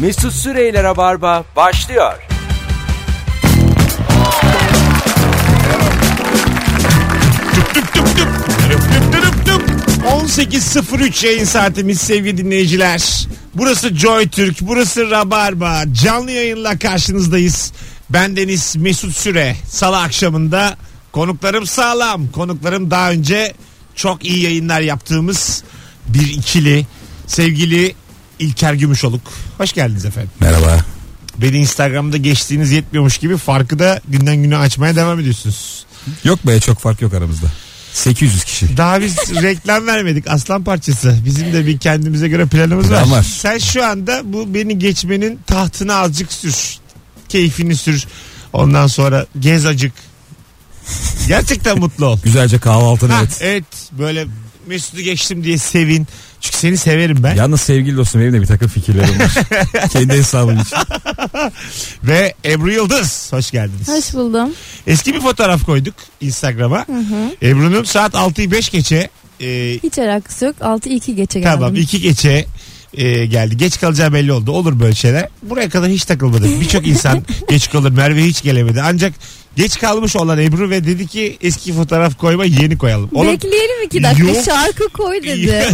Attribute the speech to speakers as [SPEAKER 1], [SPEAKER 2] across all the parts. [SPEAKER 1] Mesut Süreyler'e barba başlıyor.
[SPEAKER 2] Düp düp düp. Düp düp düp düp. 18.03 yayın saatimiz sevgili dinleyiciler. Burası Joy Türk, burası Rabarba. Canlı yayınla karşınızdayız. Ben Deniz Mesut Süre. Salı akşamında konuklarım sağlam. Konuklarım daha önce çok iyi yayınlar yaptığımız bir ikili. Sevgili İlker Gümüşoluk. Hoş geldiniz efendim.
[SPEAKER 3] Merhaba.
[SPEAKER 2] Beni Instagram'da geçtiğiniz yetmiyormuş gibi farkı da günden güne açmaya devam ediyorsunuz.
[SPEAKER 3] Yok be çok fark yok aramızda. 800 kişi.
[SPEAKER 2] Daha biz reklam vermedik aslan parçası. Bizim de bir kendimize göre planımız var.
[SPEAKER 3] Plan var.
[SPEAKER 2] Sen şu anda bu beni geçmenin tahtına azıcık sür. Keyfini sür. Ondan sonra gez acık. Gerçekten mutlu ol.
[SPEAKER 3] Güzelce kahvaltını
[SPEAKER 2] Ha,
[SPEAKER 3] et.
[SPEAKER 2] evet. Böyle Mesut'u geçtim diye sevin. Çünkü seni severim ben.
[SPEAKER 3] Yalnız sevgili dostum benim de bir takım fikirlerim var. Kendi hesabım için.
[SPEAKER 2] Ve Ebru Yıldız. Hoş geldiniz.
[SPEAKER 4] Hoş buldum.
[SPEAKER 2] Eski bir fotoğraf koyduk Instagram'a. Ebru'nun saat 6'yı 5 geçe e,
[SPEAKER 4] Hiç alakası yok. 6-2 geçe geldim.
[SPEAKER 2] Tamam iki geçe e, geldi. Geç kalacağı belli oldu. Olur böyle şeyler. Buraya kadar hiç takılmadım. Birçok insan geç kalır. Merve hiç gelemedi. Ancak geç kalmış olan Ebru ve dedi ki eski fotoğraf koyma yeni koyalım. Oğlum
[SPEAKER 4] Bekleyelim iki dakika
[SPEAKER 2] Yok.
[SPEAKER 4] şarkı koy dedi.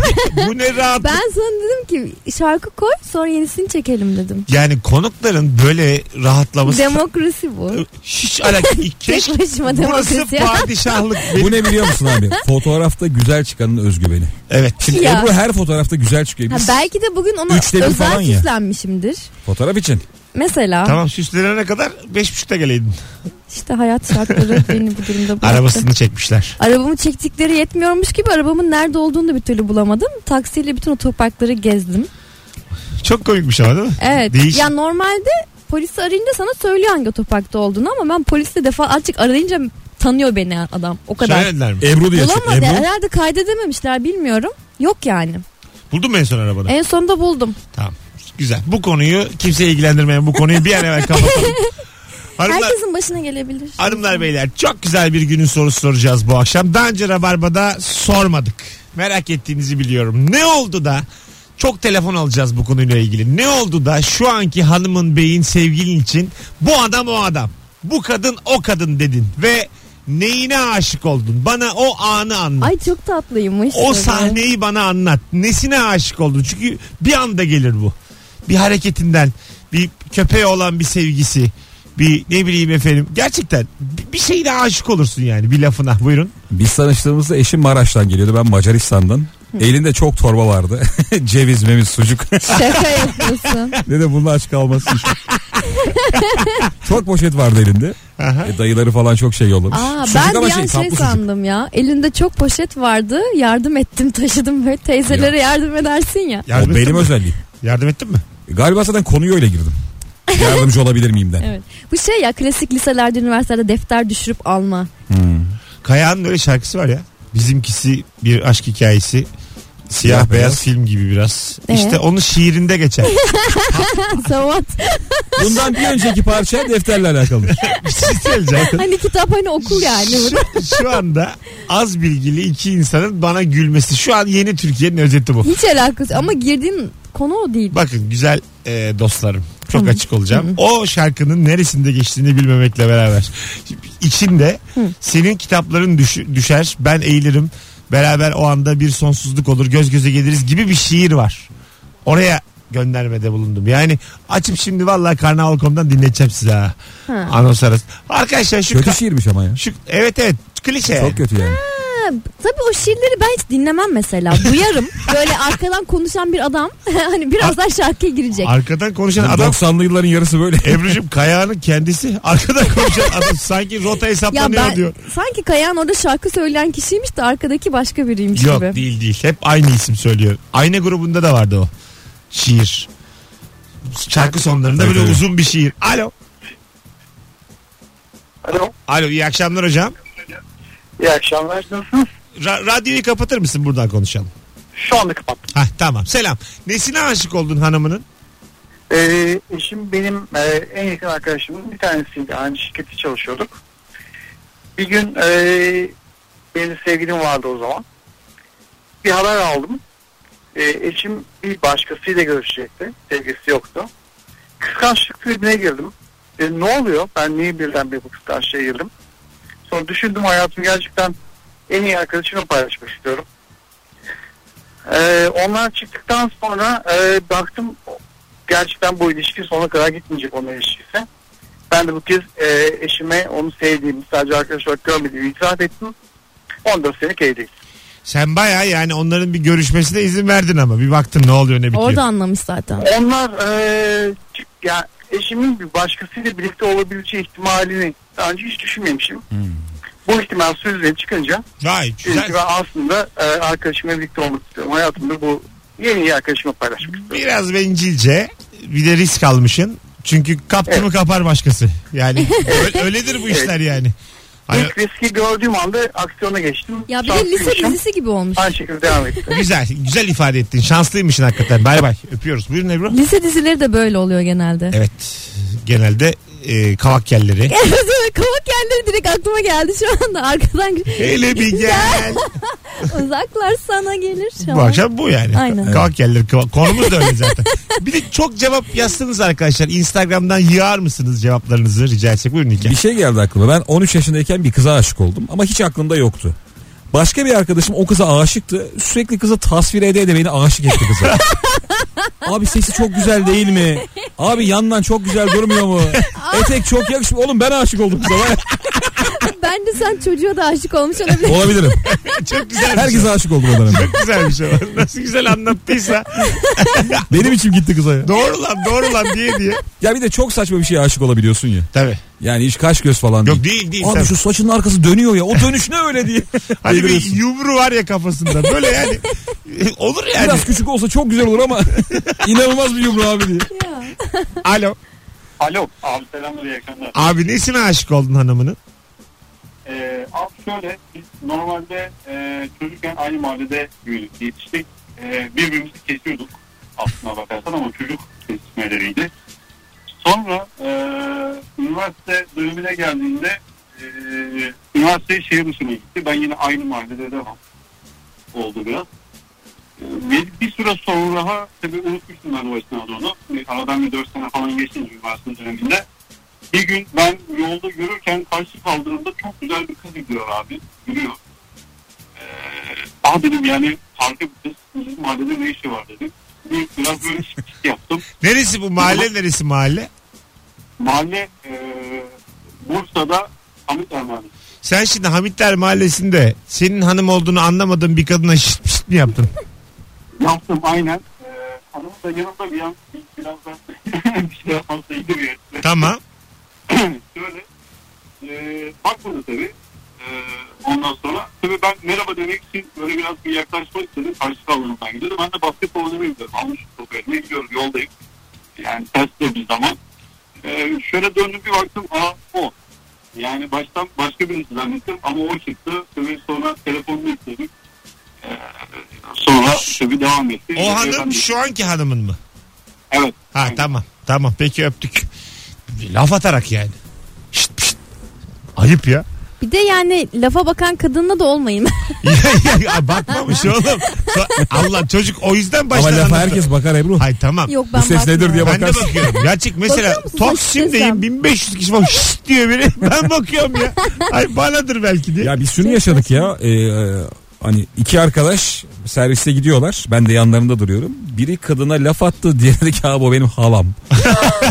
[SPEAKER 2] bu ne rahat.
[SPEAKER 4] ben sana dedim ki şarkı koy sonra yenisini çekelim dedim.
[SPEAKER 2] Yani konukların böyle rahatlaması
[SPEAKER 4] Demokrasi bu.
[SPEAKER 2] hiç alakalı. Keşke
[SPEAKER 4] Tek başıma
[SPEAKER 2] Burası
[SPEAKER 4] demokrasi ya.
[SPEAKER 2] padişahlık.
[SPEAKER 3] Bu ne biliyor musun abi? Fotoğrafta güzel çıkanın özgüveni.
[SPEAKER 2] Evet.
[SPEAKER 3] Şimdi
[SPEAKER 4] Ya.
[SPEAKER 3] Ebru her fotoğrafta güzel çıkıyor.
[SPEAKER 4] Ha,
[SPEAKER 3] Biz
[SPEAKER 4] belki de bugün ona
[SPEAKER 3] Üçte bir falan
[SPEAKER 4] özel
[SPEAKER 3] ya.
[SPEAKER 4] süslenmişimdir.
[SPEAKER 3] fotoğraf için.
[SPEAKER 4] Mesela
[SPEAKER 2] Tamam süslenene kadar beş buçukta geleydin.
[SPEAKER 4] işte hayat şartları beni bu durumda bıraktı.
[SPEAKER 2] Arabasını çekmişler.
[SPEAKER 4] Arabamı çektikleri yetmiyormuş gibi arabamın nerede olduğunu da bir türlü bulamadım. Taksiyle bütün otoparkları gezdim.
[SPEAKER 2] Çok komikmiş ama değil mi?
[SPEAKER 4] Evet.
[SPEAKER 2] Değişik.
[SPEAKER 4] Ya normalde polisi arayınca sana söylüyor hangi otoparkta olduğunu ama ben polisle defa artık arayınca tanıyor beni adam. O kadar.
[SPEAKER 2] Söylemediler mi?
[SPEAKER 3] Ebru diye çık.
[SPEAKER 4] Bulamadı.
[SPEAKER 3] Ebru.
[SPEAKER 4] Herhalde kaydedememişler bilmiyorum. Yok yani.
[SPEAKER 2] Buldun mu en son arabanı?
[SPEAKER 4] En sonunda buldum.
[SPEAKER 2] Tamam. Güzel. Bu konuyu kimseye ilgilendirmeyen bu konuyu bir an evvel kapatalım. Hanımlar,
[SPEAKER 4] Herkesin başına gelebilir.
[SPEAKER 2] hanımlar beyler çok güzel bir günün sorusu soracağız bu akşam. Daha önce Rabarba'da sormadık. Merak ettiğinizi biliyorum. Ne oldu da çok telefon alacağız bu konuyla ilgili. Ne oldu da şu anki hanımın beyin sevgilin için bu adam o adam. Bu kadın o kadın dedin ve neyine aşık oldun? Bana o anı anlat.
[SPEAKER 4] Ay çok tatlıymış.
[SPEAKER 2] O
[SPEAKER 4] Evet.
[SPEAKER 2] sahneyi bana anlat. Nesine aşık oldun? Çünkü bir anda gelir bu. Bir hareketinden, bir köpeğe olan bir sevgisi, bir ne bileyim efendim. Gerçekten bi- bir şeyine aşık olursun yani bir lafına. Buyurun.
[SPEAKER 3] Biz tanıştığımızda eşim Maraş'tan geliyordu ben Macaristan'dan. Elinde çok torba vardı. Ceviz, memiz, sucuk.
[SPEAKER 4] Şaka yapıyorsun.
[SPEAKER 3] Dedim bunun aç kalması için. çok poşet vardı elinde.
[SPEAKER 2] Aha.
[SPEAKER 3] E, dayıları falan çok şey yollamış.
[SPEAKER 4] Aa,
[SPEAKER 3] Sucuk
[SPEAKER 4] ben
[SPEAKER 3] ama
[SPEAKER 4] bir an
[SPEAKER 3] tatlı
[SPEAKER 4] şey
[SPEAKER 3] sucuk.
[SPEAKER 4] sandım ya. Elinde çok poşet vardı. Yardım ettim taşıdım böyle teyzelere yardım edersin ya.
[SPEAKER 2] Yardım
[SPEAKER 3] o
[SPEAKER 2] ettin
[SPEAKER 3] benim
[SPEAKER 2] mi?
[SPEAKER 3] özelliğim.
[SPEAKER 2] Yardım ettin mi?
[SPEAKER 3] Galiba zaten konuyu öyle girdim. Yardımcı olabilir miyim den.
[SPEAKER 4] Evet. Bu şey ya klasik liselerde üniversitede defter düşürüp alma.
[SPEAKER 3] Hmm.
[SPEAKER 2] Kaya'nın öyle şarkısı var ya. Bizimkisi bir aşk hikayesi. Siyah beyaz,
[SPEAKER 3] Siyah beyaz.
[SPEAKER 2] film gibi biraz.
[SPEAKER 4] Ee?
[SPEAKER 2] İşte onun şiirinde geçer.
[SPEAKER 4] Savat.
[SPEAKER 3] Bundan bir önceki parça defterle alakalı.
[SPEAKER 2] bir şey söyleyeceğim.
[SPEAKER 4] Hani kitap hani okul yani.
[SPEAKER 2] Şu, şu anda az bilgili iki insanın bana gülmesi. Şu an yeni Türkiye'nin özeti bu.
[SPEAKER 4] Hiç alakası ama girdiğin konu o değil.
[SPEAKER 2] Bakın güzel e, dostlarım. Çok
[SPEAKER 4] Tamam.
[SPEAKER 2] açık olacağım. O şarkının neresinde geçtiğini bilmemekle beraber. İçinde senin kitapların düş- düşer. Ben eğilirim. Beraber o anda bir sonsuzluk olur. Göz göze geliriz gibi bir şiir var. Oraya göndermede bulundum. Yani açıp şimdi vallahi karnaval.com'dan dinleteceğim size ha.
[SPEAKER 4] Ha.
[SPEAKER 2] Anons arası. Arkadaşlar şu,
[SPEAKER 3] Kötü
[SPEAKER 2] ka-
[SPEAKER 3] şiirmiş ama ya.
[SPEAKER 2] şu evet evet klişe. yani.
[SPEAKER 3] Çok kötü yani.
[SPEAKER 4] Ha, tabii o şiirleri ben hiç dinlemem mesela. Duyarım. Böyle arkadan konuşan bir adam hani birazdan şarkıya girecek.
[SPEAKER 2] Arkadan konuşan adam
[SPEAKER 3] 90'lı Hani yılların yarısı böyle.
[SPEAKER 2] Ebru'cum Kaya'nın kendisi arkadan konuşan adam sanki rota
[SPEAKER 4] Ya
[SPEAKER 2] hesaplanıyor
[SPEAKER 4] ben
[SPEAKER 2] diyor.
[SPEAKER 4] sanki Kayan orada şarkı söyleyen kişiymiş de arkadaki başka biriymiş
[SPEAKER 2] Yok
[SPEAKER 4] gibi.
[SPEAKER 2] değil değil. Hep aynı isim söylüyor. Aynı grubunda da vardı o. Şiir. Şarkı sonlarında
[SPEAKER 3] Tabii,
[SPEAKER 2] böyle
[SPEAKER 3] tabii.
[SPEAKER 2] uzun bir şiir. Alo.
[SPEAKER 5] Alo.
[SPEAKER 2] Alo iyi akşamlar hocam.
[SPEAKER 5] İyi akşamlar. Nasılsınız?
[SPEAKER 2] Ra- radyoyu kapatır mısın buradan konuşalım.
[SPEAKER 5] Şu anda kapattım.
[SPEAKER 2] Hah tamam selam. Nesine aşık oldun hanımının?
[SPEAKER 5] Ee, eşim benim e, en yakın arkadaşımın bir tanesiydi. Aynı şirkette çalışıyorduk. Bir gün e, benim sevgilim vardı o zaman. Bir haber aldım. E, eşim bir başkasıyla görüşecekti. Sevgisi yoktu. kıskançlık tribine girdim. E, ne oluyor? Ben niye birdenbire bu kıskançlığa girdim? Sonra düşündüm hayatım gerçekten en iyi arkadaşımla paylaşmak istiyorum. E, onlar çıktıktan sonra e, baktım gerçekten bu ilişki sona kadar gitmeyecek onun ilişkisi. Ben de bu kez e, eşime onu sevdiğimi sadece arkadaş olarak görmediğimi itiraf ettim. 14 senelik evliyiz.
[SPEAKER 2] Sen baya yani onların bir görüşmesine izin verdin ama bir baktın ne oluyor ne bitiyor.
[SPEAKER 4] Orada anlamış zaten.
[SPEAKER 5] Onlar eee ya eşimin bir başkasıyla birlikte olabileceği ihtimalini daha önce hiç düşünmemişim. Bu ihtimal sözle çıkınca
[SPEAKER 2] Vay
[SPEAKER 5] çünkü
[SPEAKER 2] güzel.
[SPEAKER 5] ben aslında eee, arkadaşımla birlikte olmak istiyorum. Hayatımda bu yeni iyi arkadaşımla paylaşmak istiyorum.
[SPEAKER 2] Biraz bencilce bir de risk almışın. Çünkü kaptı mı kapar başkası. Yani ö- öyledir bu işler yani. Hani
[SPEAKER 5] İlk riski gördüğüm anda aksiyona geçtim.
[SPEAKER 4] Ya bir de
[SPEAKER 5] Şanslıymışım.
[SPEAKER 4] lise dizisi gibi olmuş.
[SPEAKER 5] Aynı şekilde devam etti.
[SPEAKER 2] güzel güzel ifade ettin. Şanslıymışsın hakikaten. Bay bay. Öpüyoruz. Buyurun Ebru.
[SPEAKER 4] Lise dizileri de böyle oluyor genelde.
[SPEAKER 2] Evet. Genelde e, kavak yerleri.
[SPEAKER 4] Kavak yerleri direkt aklıma geldi şu anda. Arkadan
[SPEAKER 2] Hele bir gel.
[SPEAKER 4] uzaklar sana gelir şu
[SPEAKER 2] Bu
[SPEAKER 4] an.
[SPEAKER 2] akşam bu yani.
[SPEAKER 4] Aynen.
[SPEAKER 2] Kavak yerleri. kavak- Konumuz da öyle zaten. bir de çok cevap yazsınız arkadaşlar. Instagram'dan yığar mısınız cevaplarınızı rica etsek? Buyurun İlker.
[SPEAKER 3] Bir şey geldi aklıma. Ben 13 yaşındayken bir kıza aşık oldum ama hiç aklımda yoktu. Başka bir arkadaşım o kıza aşıktı. Sürekli kıza tasvir ede ede beni aşık etti kıza. Abi sesi çok güzel değil mi? Abi yandan çok güzel durmuyor mu? Etek çok yakışmıyor. Oğlum ben aşık oldum kıza.
[SPEAKER 4] Bence sen çocuğa da aşık olmuş olabilir.
[SPEAKER 3] Olabilirim.
[SPEAKER 2] Çok güzel. şey.
[SPEAKER 3] Herkese aşık oldum o dönem.
[SPEAKER 2] Çok güzel bir şey var. Nasıl güzel anlattıysa.
[SPEAKER 3] Benim içim gitti kıza ya.
[SPEAKER 2] doğru lan doğru lan diye diye.
[SPEAKER 3] Ya bir de çok saçma bir şeye aşık olabiliyorsun ya.
[SPEAKER 2] Tabii.
[SPEAKER 3] Yani hiç kaş göz falan değil.
[SPEAKER 2] Yok değil değil.
[SPEAKER 3] Abi
[SPEAKER 2] tabii.
[SPEAKER 3] şu saçının arkası dönüyor ya. O dönüş ne öyle diye.
[SPEAKER 2] Hani bir
[SPEAKER 3] Deliriyorsun.
[SPEAKER 2] yumru var ya kafasında. Böyle yani. Olur yani.
[SPEAKER 3] Biraz küçük olsa çok güzel olur ama inanılmaz bir yumru abi diye.
[SPEAKER 4] Ya.
[SPEAKER 2] Alo.
[SPEAKER 5] Alo. Abi selamlar iyi akşamlar.
[SPEAKER 2] Abi nesine aşık oldun hanımının?
[SPEAKER 5] Ee, abi şöyle biz normalde e, çocukken aynı mahallede büyüdük, yetiştik. E, birbirimizi kesiyorduk aslına bakarsan ama çocuk kesmeleriydi. Sonra e, üniversite dönemine geldiğinde e, üniversiteye şehir dışına gitti. Ben yine aynı mahallede devam oldu biraz. E, Bir, bir süre sonra tabii unutmuştum ben o esnada onu. E, Aradan bir 4 sene falan geçti üniversite döneminde. Bir gün ben yolda yürürken karşı kaldırımda çok güzel bir kız gidiyor abi. Yürüyor. Ee, ah dedim yani farklı bir kız. Bizim mahallede ne işi var dedim. Bir- Biraz böyle şık yaptım.
[SPEAKER 2] Neresi bu mahalle neresi mahalle?
[SPEAKER 5] Mahalle e, Bursa'da Hamit Ermani.
[SPEAKER 2] Sen şimdi Hamitler Mahallesi'nde senin hanım olduğunu anlamadığın bir kadına şişt pişt mi yaptın?
[SPEAKER 5] Yaptım aynen. Ee, hanım da yanımda bir an biraz da bir şey yapmamsa iyi bir yer.
[SPEAKER 2] tamam.
[SPEAKER 5] şöyle e, bakmadı tabii. E, ondan sonra tabii ben merhaba demek için böyle biraz bir yaklaşmak istedim. Karşı kaldırımdan gidiyordum. Ben de basketbol oynamayı gidiyorum. Almış topu elime gidiyorum yoldayım. Yani ters de bir zaman. E, şöyle döndüm bir baktım aa o. Yani baştan başka birisi zannettim ama o çıktı. Tabii sonra telefonunu istedim. E, sonra tabii devam etti.
[SPEAKER 2] O hanım şu anki hanımın mı?
[SPEAKER 5] Evet.
[SPEAKER 2] Ha tamam. Tamam peki öptük. Laf atarak yani. Şşt pişt. Ayıp ya.
[SPEAKER 4] Bir de yani lafa bakan kadınla da olmayın.
[SPEAKER 2] ya bakmamış oğlum. Allah çocuk o yüzden
[SPEAKER 3] Ama
[SPEAKER 2] baştan
[SPEAKER 3] lafa
[SPEAKER 2] anlattı.
[SPEAKER 3] herkes bakar Ebru.
[SPEAKER 2] Hay tamam.
[SPEAKER 4] Yok ben
[SPEAKER 3] Bu ses nedir
[SPEAKER 4] bakmıyorum.
[SPEAKER 3] diye
[SPEAKER 2] Ben de
[SPEAKER 3] bakarsın.
[SPEAKER 2] bakıyorum. Gerçek mesela
[SPEAKER 4] Bakıyor musun?
[SPEAKER 2] Taksim'deyim
[SPEAKER 4] Saçma.
[SPEAKER 2] 1500 kişi var şşt diyor biri. Ben bakıyorum ya. Ay banadır belki diye.
[SPEAKER 3] Ya biz şunu yaşadık ya. e, e, hani iki arkadaş serviste gidiyorlar. Ben de yanlarında duruyorum. Biri kadına laf attı. Diğeri dedi ki abi o benim halam.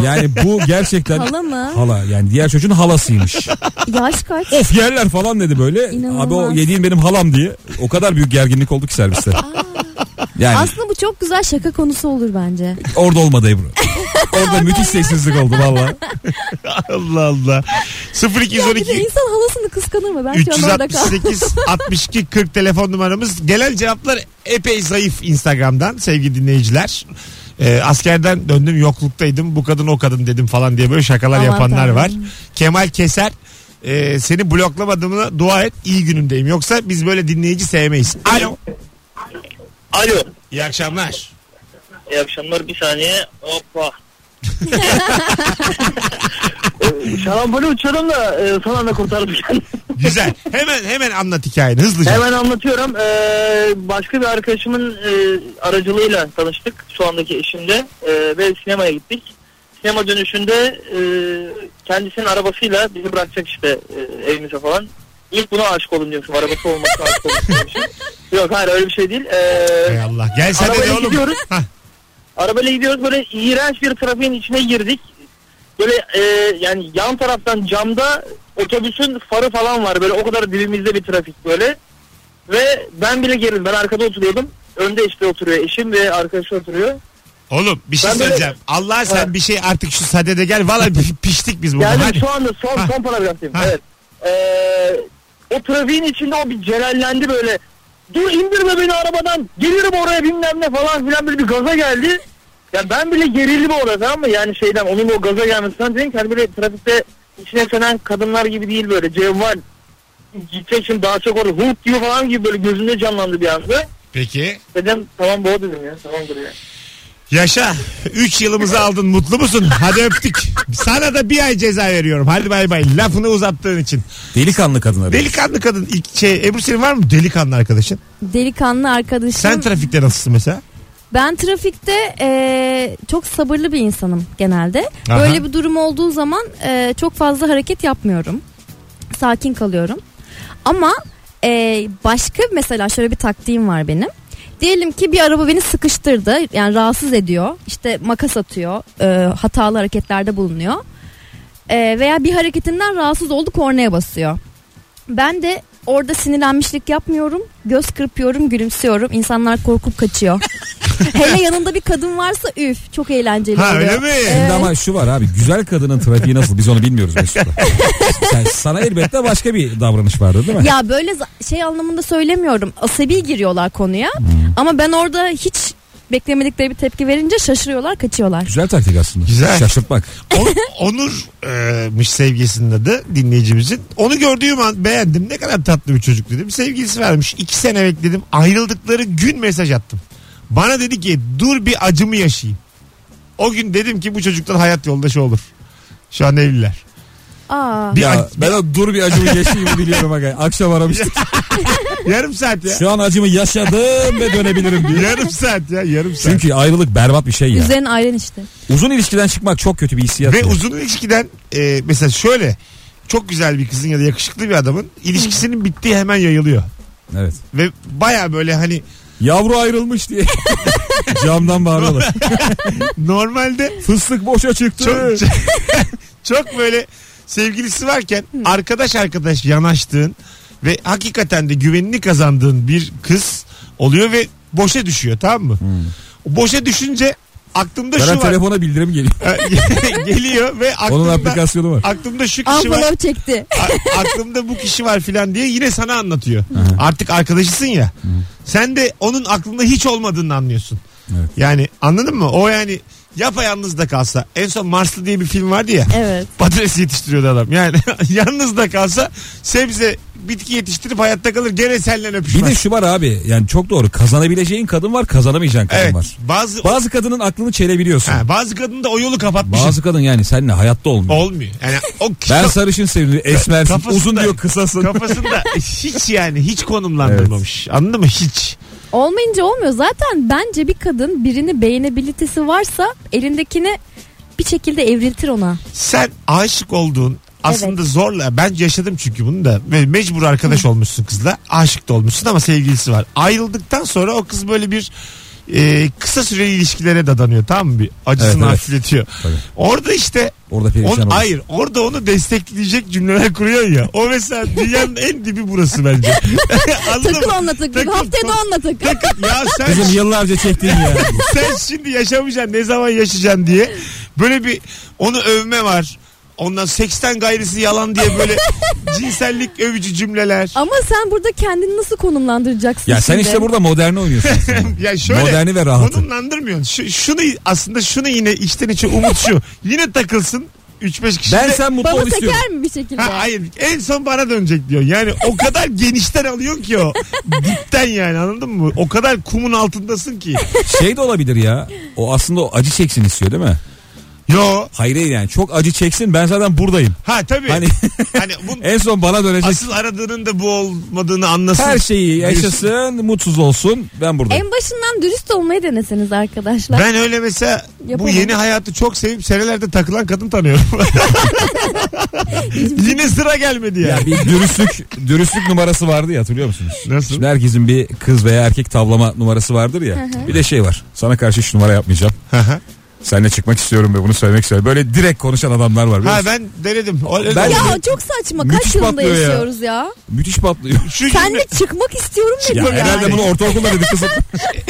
[SPEAKER 3] yani bu gerçekten
[SPEAKER 4] Hala mı?
[SPEAKER 3] Hala yani diğer çocuğun halasıymış.
[SPEAKER 4] Yaş kaç?
[SPEAKER 3] of yerler falan dedi böyle.
[SPEAKER 4] İnanılmaz.
[SPEAKER 3] Abi o yediğin benim halam diye. O kadar büyük gerginlik oldu ki serviste. yani
[SPEAKER 4] Aslında bu çok güzel şaka konusu olur bence.
[SPEAKER 3] orada olmadı Ebru. Orada müthiş sessizlik oldu valla.
[SPEAKER 2] Allah Allah.
[SPEAKER 4] Ya bir de
[SPEAKER 2] 0212
[SPEAKER 4] insan halasını kıskanır mı? Ben şu an orada kaldım.
[SPEAKER 2] 368 62 40 telefon numaramız. Gelen cevaplar epey zayıf Instagram'dan sevgili dinleyiciler. Ee, askerden döndüm yokluktaydım bu kadın o kadın dedim falan diye böyle şakalar
[SPEAKER 4] Aman
[SPEAKER 2] yapanlar
[SPEAKER 4] tanrım.
[SPEAKER 2] var. Kemal Keser e, seni bloklamadığımına dua et iyi günümdeyim yoksa biz böyle dinleyici sevmeyiz. Alo.
[SPEAKER 6] Alo.
[SPEAKER 2] İyi akşamlar.
[SPEAKER 6] İyi akşamlar. Bir saniye. Hoppa.
[SPEAKER 5] Ee,
[SPEAKER 6] Şarambole uçuyorum da e, son anda kurtardım kendimi.
[SPEAKER 2] Güzel. Hemen hemen anlat hikayeni hızlıca.
[SPEAKER 6] Hemen anlatıyorum. E, başka bir arkadaşımın e, aracılığıyla tanıştık. Şu andaki eşimle. E, ve sinemaya gittik. sinema dönüşünde e, kendisinin arabasıyla bizi bırakacak işte e, evimize falan. İlk buna aşık olun diyormuşum. Arabası olmasına aşık olun diyormuşum. Yok hayır öyle bir şey değil. E,
[SPEAKER 2] Hay Allah. Gel sen de de
[SPEAKER 6] Arabayla
[SPEAKER 2] oğlum.
[SPEAKER 6] gidiyoruz.
[SPEAKER 2] Hah.
[SPEAKER 6] Arabayla gidiyoruz böyle iğrenç bir trafiğin içine girdik. Böyle e, yani yan taraftan camda otobüsün farı falan var. Böyle o kadar dibimizde bir trafik böyle. Ve ben bile gerildim. Ben arkada oturuyordum. Önde işte oturuyor eşim ve arkadaşı oturuyor.
[SPEAKER 2] Oğlum bir şey
[SPEAKER 6] Ben böyle-
[SPEAKER 2] söyleyeceğim. Allah sen
[SPEAKER 6] Ha.
[SPEAKER 2] bir şey artık şu sadede gel. Valla pi- piştik biz burada.
[SPEAKER 6] Yani
[SPEAKER 2] Hadi.
[SPEAKER 6] şu anda son
[SPEAKER 2] Ha.
[SPEAKER 6] son paragraftayım.
[SPEAKER 2] Ha.
[SPEAKER 6] Evet. Ee, o trafiğin içinde o bir celallendi böyle. Dur indirme beni arabadan. Gelirim oraya bilmem ne falan filan böyle bir gaza geldi. Ya ben bile gerildim orada tamam mı? Yani şeyden onun o gaza gelmesinden dedim ki hani böyle trafikte içine sönen kadınlar gibi değil böyle cevval. Gidecek şimdi daha çok orada Hulk gibi falan gibi böyle gözümde canlandı bir anda.
[SPEAKER 2] Peki.
[SPEAKER 6] Dedim tamam bu o dedim ya tamamdır ya.
[SPEAKER 2] Yaşa. 3 yılımızı aldın. Mutlu musun? Hadi öptük. Sana da bir ay ceza veriyorum. Hadi bay bay. Lafını uzattığın için.
[SPEAKER 3] Delikanlı kadın arıyor.
[SPEAKER 2] Delikanlı kadın. ilk Şey, Ebru senin var mı delikanlı arkadaşın?
[SPEAKER 4] Delikanlı arkadaşım.
[SPEAKER 6] Hmm.
[SPEAKER 2] Sen trafikte nasılsın mesela?
[SPEAKER 4] Ben trafikte e, çok sabırlı bir insanım genelde.
[SPEAKER 2] Aha.
[SPEAKER 4] Böyle bir durum olduğu zaman e, çok fazla hareket yapmıyorum. Sakin kalıyorum. Ama e, başka mesela şöyle bir taktiğim var benim. Diyelim ki bir araba beni sıkıştırdı. Yani rahatsız ediyor. İşte makas atıyor. e, hatalı hareketlerde bulunuyor. E, veya bir hareketimden rahatsız oldu kornaya basıyor. Ben de orada sinirlenmişlik yapmıyorum. Göz kırpıyorum, gülümsüyorum. İnsanlar korkup kaçıyor. Hele yanında bir kadın varsa üf çok eğlenceli
[SPEAKER 2] Ha,
[SPEAKER 4] oluyor.
[SPEAKER 2] öyle mi?
[SPEAKER 3] Şimdi
[SPEAKER 4] Evet.
[SPEAKER 3] ama şu var abi güzel kadının trafiği nasıl biz onu bilmiyoruz Mesut'la. Sen- sana elbette başka bir davranış vardı değil mi?
[SPEAKER 4] Ya böyle za- şey anlamında söylemiyorum. Asabi giriyorlar konuya.
[SPEAKER 2] Hmm.
[SPEAKER 4] Ama ben orada hiç beklemedikleri bir tepki verince şaşırıyorlar, kaçıyorlar.
[SPEAKER 3] Güzel taktik aslında.
[SPEAKER 2] Güzel.
[SPEAKER 3] Şaşırtmak.
[SPEAKER 2] On- Onur'muş e, sevgilisinin adı dinleyicimizin. Onu gördüğüm an beğendim. Ne kadar tatlı bir çocuk dedim. Sevgilisi vermiş. iki sene bekledim. Ayrıldıkları gün mesaj attım. Bana dedi ki dur bir acımı yaşayayım. O gün dedim ki bu çocuktan hayat yoldaşı olur. Şu an evliler.
[SPEAKER 4] Aa.
[SPEAKER 2] Bir
[SPEAKER 3] Ya
[SPEAKER 2] ac-
[SPEAKER 3] ben o dur bir acımı yaşayayım biliyorum aga. Akşam aramıştık.
[SPEAKER 2] Yarım saat ya.
[SPEAKER 3] Şu an acımı yaşadım ve dönebilirim diye.
[SPEAKER 2] Yarım saat ya yarım saat.
[SPEAKER 3] Çünkü ayrılık berbat bir şey ya.
[SPEAKER 4] Üzerine ailen işte.
[SPEAKER 3] Uzun ilişkiden çıkmak çok kötü bir hissiyat.
[SPEAKER 2] Ve
[SPEAKER 3] ya.
[SPEAKER 2] uzun ilişkiden e, mesela şöyle çok güzel bir kızın ya da yakışıklı bir adamın ilişkisinin bittiği hemen yayılıyor.
[SPEAKER 3] Evet.
[SPEAKER 2] Ve baya böyle hani
[SPEAKER 3] Yavru ayrılmış diye. Camdan bağırıyorlar.
[SPEAKER 2] normalde
[SPEAKER 3] Fıstık boşa çıktı.
[SPEAKER 2] çok, çok, çok böyle sevgilisi varken arkadaş arkadaş yanaştığın ve hakikaten de güvenini kazandığın bir kız oluyor ve boşa düşüyor tamam mı? Boşa düşünce aklımda
[SPEAKER 3] Bana
[SPEAKER 2] şu var.
[SPEAKER 3] telefona bildirim geliyor.
[SPEAKER 2] geliyor ve
[SPEAKER 3] Onun
[SPEAKER 2] aklımda,
[SPEAKER 3] aplikasyonu var.
[SPEAKER 2] aklımda şu
[SPEAKER 4] Aa
[SPEAKER 2] kişi var.
[SPEAKER 4] follow çekti.
[SPEAKER 2] A- aklımda bu kişi var filan diye yine sana anlatıyor. Artık arkadaşısın ya. Sen de onun aklında hiç olmadığını anlıyorsun.
[SPEAKER 3] Evet.
[SPEAKER 2] Yani anladın mı? O yani yapayalnız da kalsa. En son Marslı diye bir film vardı ya.
[SPEAKER 4] Evet.
[SPEAKER 2] Patates yetiştiriyordu adam. Yani yalnız da kalsa sebze bitki yetiştirip hayatta kalır gene seninle
[SPEAKER 3] Bir
[SPEAKER 2] öpüşmez.
[SPEAKER 3] de şu var abi yani çok doğru kazanabileceğin kadın var kazanamayacağın kadın
[SPEAKER 2] evet.
[SPEAKER 3] var.
[SPEAKER 2] Bazı
[SPEAKER 3] Bazı kadının aklını çelebiliyorsun.
[SPEAKER 2] ha, bazı kadın da o yolu kapatmış.
[SPEAKER 3] Bazı kadın yani seninle hayatta olmuyor.
[SPEAKER 2] Olmuyor. Yani o
[SPEAKER 3] Ben sarışın sevimli esmersin
[SPEAKER 2] Kafasında-
[SPEAKER 3] uzun diyor kısasın.
[SPEAKER 2] kafasında hiç yani hiç konumlandırmamış. Anladın mı? Hiç.
[SPEAKER 4] Olmayınca olmuyor. Zaten bence bir kadın birini beğenebilitesi varsa elindekini bir şekilde evriltir ona.
[SPEAKER 2] Sen aşık olduğun aslında zorla ben yaşadım çünkü bunu da ve mecbur arkadaş olmuşsun kızla aşık da olmuşsun ama sevgilisi var. Ayrıldıktan sonra o kız böyle bir e, kısa süreli ilişkilere dadanıyor tamam mı? Bir acısını
[SPEAKER 3] Evet, evet.
[SPEAKER 2] hafifletiyor.
[SPEAKER 3] Tabii.
[SPEAKER 2] Orada işte
[SPEAKER 3] Orada perişan
[SPEAKER 2] on,
[SPEAKER 3] olursun.
[SPEAKER 2] hayır orada onu destekleyecek cümleler kuruyor ya. O mesela dünyanın en dibi burası bence. Anladın
[SPEAKER 4] Takıl
[SPEAKER 2] mı?
[SPEAKER 4] onunla takıl.
[SPEAKER 2] Takıl,
[SPEAKER 4] Haftaya da
[SPEAKER 2] tak-
[SPEAKER 4] onunla takıl.
[SPEAKER 2] Takıl. Ya sen
[SPEAKER 3] Kızım yıllarca çektiğin ya.
[SPEAKER 2] sen şimdi yaşamayacaksın ne zaman yaşayacaksın diye. Böyle bir onu övme var. Ondan seksten gayrisi yalan diye böyle cinsellik övücü cümleler.
[SPEAKER 4] Ama sen burada kendini nasıl konumlandıracaksın
[SPEAKER 3] Ya sen
[SPEAKER 4] şimdi?
[SPEAKER 3] işte burada moderni oynuyorsun. aslında.
[SPEAKER 2] Ya şöyle
[SPEAKER 3] Moderni ve rahatı.
[SPEAKER 2] konumlandırmıyorsun. Şu, şunu aslında şunu yine içten içe umut şu. Yine takılsın 3-5 kişi.
[SPEAKER 3] Ben
[SPEAKER 2] de-
[SPEAKER 3] sen mutlu
[SPEAKER 4] Bana
[SPEAKER 3] ol istiyorum.
[SPEAKER 4] teker mi bir şekilde?
[SPEAKER 2] Ha, hayır en son bana dönecek diyor. Yani o kadar genişten alıyorsun ki o. Dipten yani anladın mı? O kadar kumun altındasın ki.
[SPEAKER 3] Şey de olabilir ya. O aslında o acı çeksin istiyor değil mi?
[SPEAKER 2] Yo.
[SPEAKER 3] Hayır hayır yani çok acı çeksin ben zaten buradayım.
[SPEAKER 2] Ha tabii. Hani,
[SPEAKER 3] Hani-
[SPEAKER 2] bu,
[SPEAKER 3] En son bana dönecek.
[SPEAKER 2] asıl aradığının da bu olmadığını anlasın.
[SPEAKER 3] Her şeyi yaşasın, mutsuz olsun. Ben buradayım.
[SPEAKER 4] En başından dürüst olmayı deneseniz arkadaşlar.
[SPEAKER 2] Ben öyle mesela bu
[SPEAKER 4] Yapamam.
[SPEAKER 2] yeni hayatı çok sevip senelerde takılan kadın tanıyorum. Yine sıra gelmedi ya.
[SPEAKER 3] Ya bir dürüstlük, dürüstlük numarası vardı ya hatırlıyor musunuz?
[SPEAKER 2] Nasıl?
[SPEAKER 3] Şimdi herkesin bir kız veya erkek tavlama numarası vardır ya. bir de şey var. Sana karşı hiç numara yapmayacağım.
[SPEAKER 2] Hı hı.
[SPEAKER 3] Seninle çıkmak istiyorum ve bunu söylemek istiyorum. Böyle direkt konuşan adamlar var. biliyor
[SPEAKER 2] ha
[SPEAKER 3] musun?
[SPEAKER 2] ben denedim. Öyle
[SPEAKER 3] Ben-
[SPEAKER 2] oldu.
[SPEAKER 4] Ya çok saçma.
[SPEAKER 3] Müthiş
[SPEAKER 4] Kaç yılında
[SPEAKER 3] patlıyor ya.
[SPEAKER 4] yaşıyoruz ya.
[SPEAKER 3] Müthiş patlıyor.
[SPEAKER 2] Şu
[SPEAKER 4] Sen
[SPEAKER 2] cümle-
[SPEAKER 4] de çıkmak istiyorum dedin
[SPEAKER 3] ya
[SPEAKER 4] yani.
[SPEAKER 3] herhalde bunu ortaokulda dedik kızım.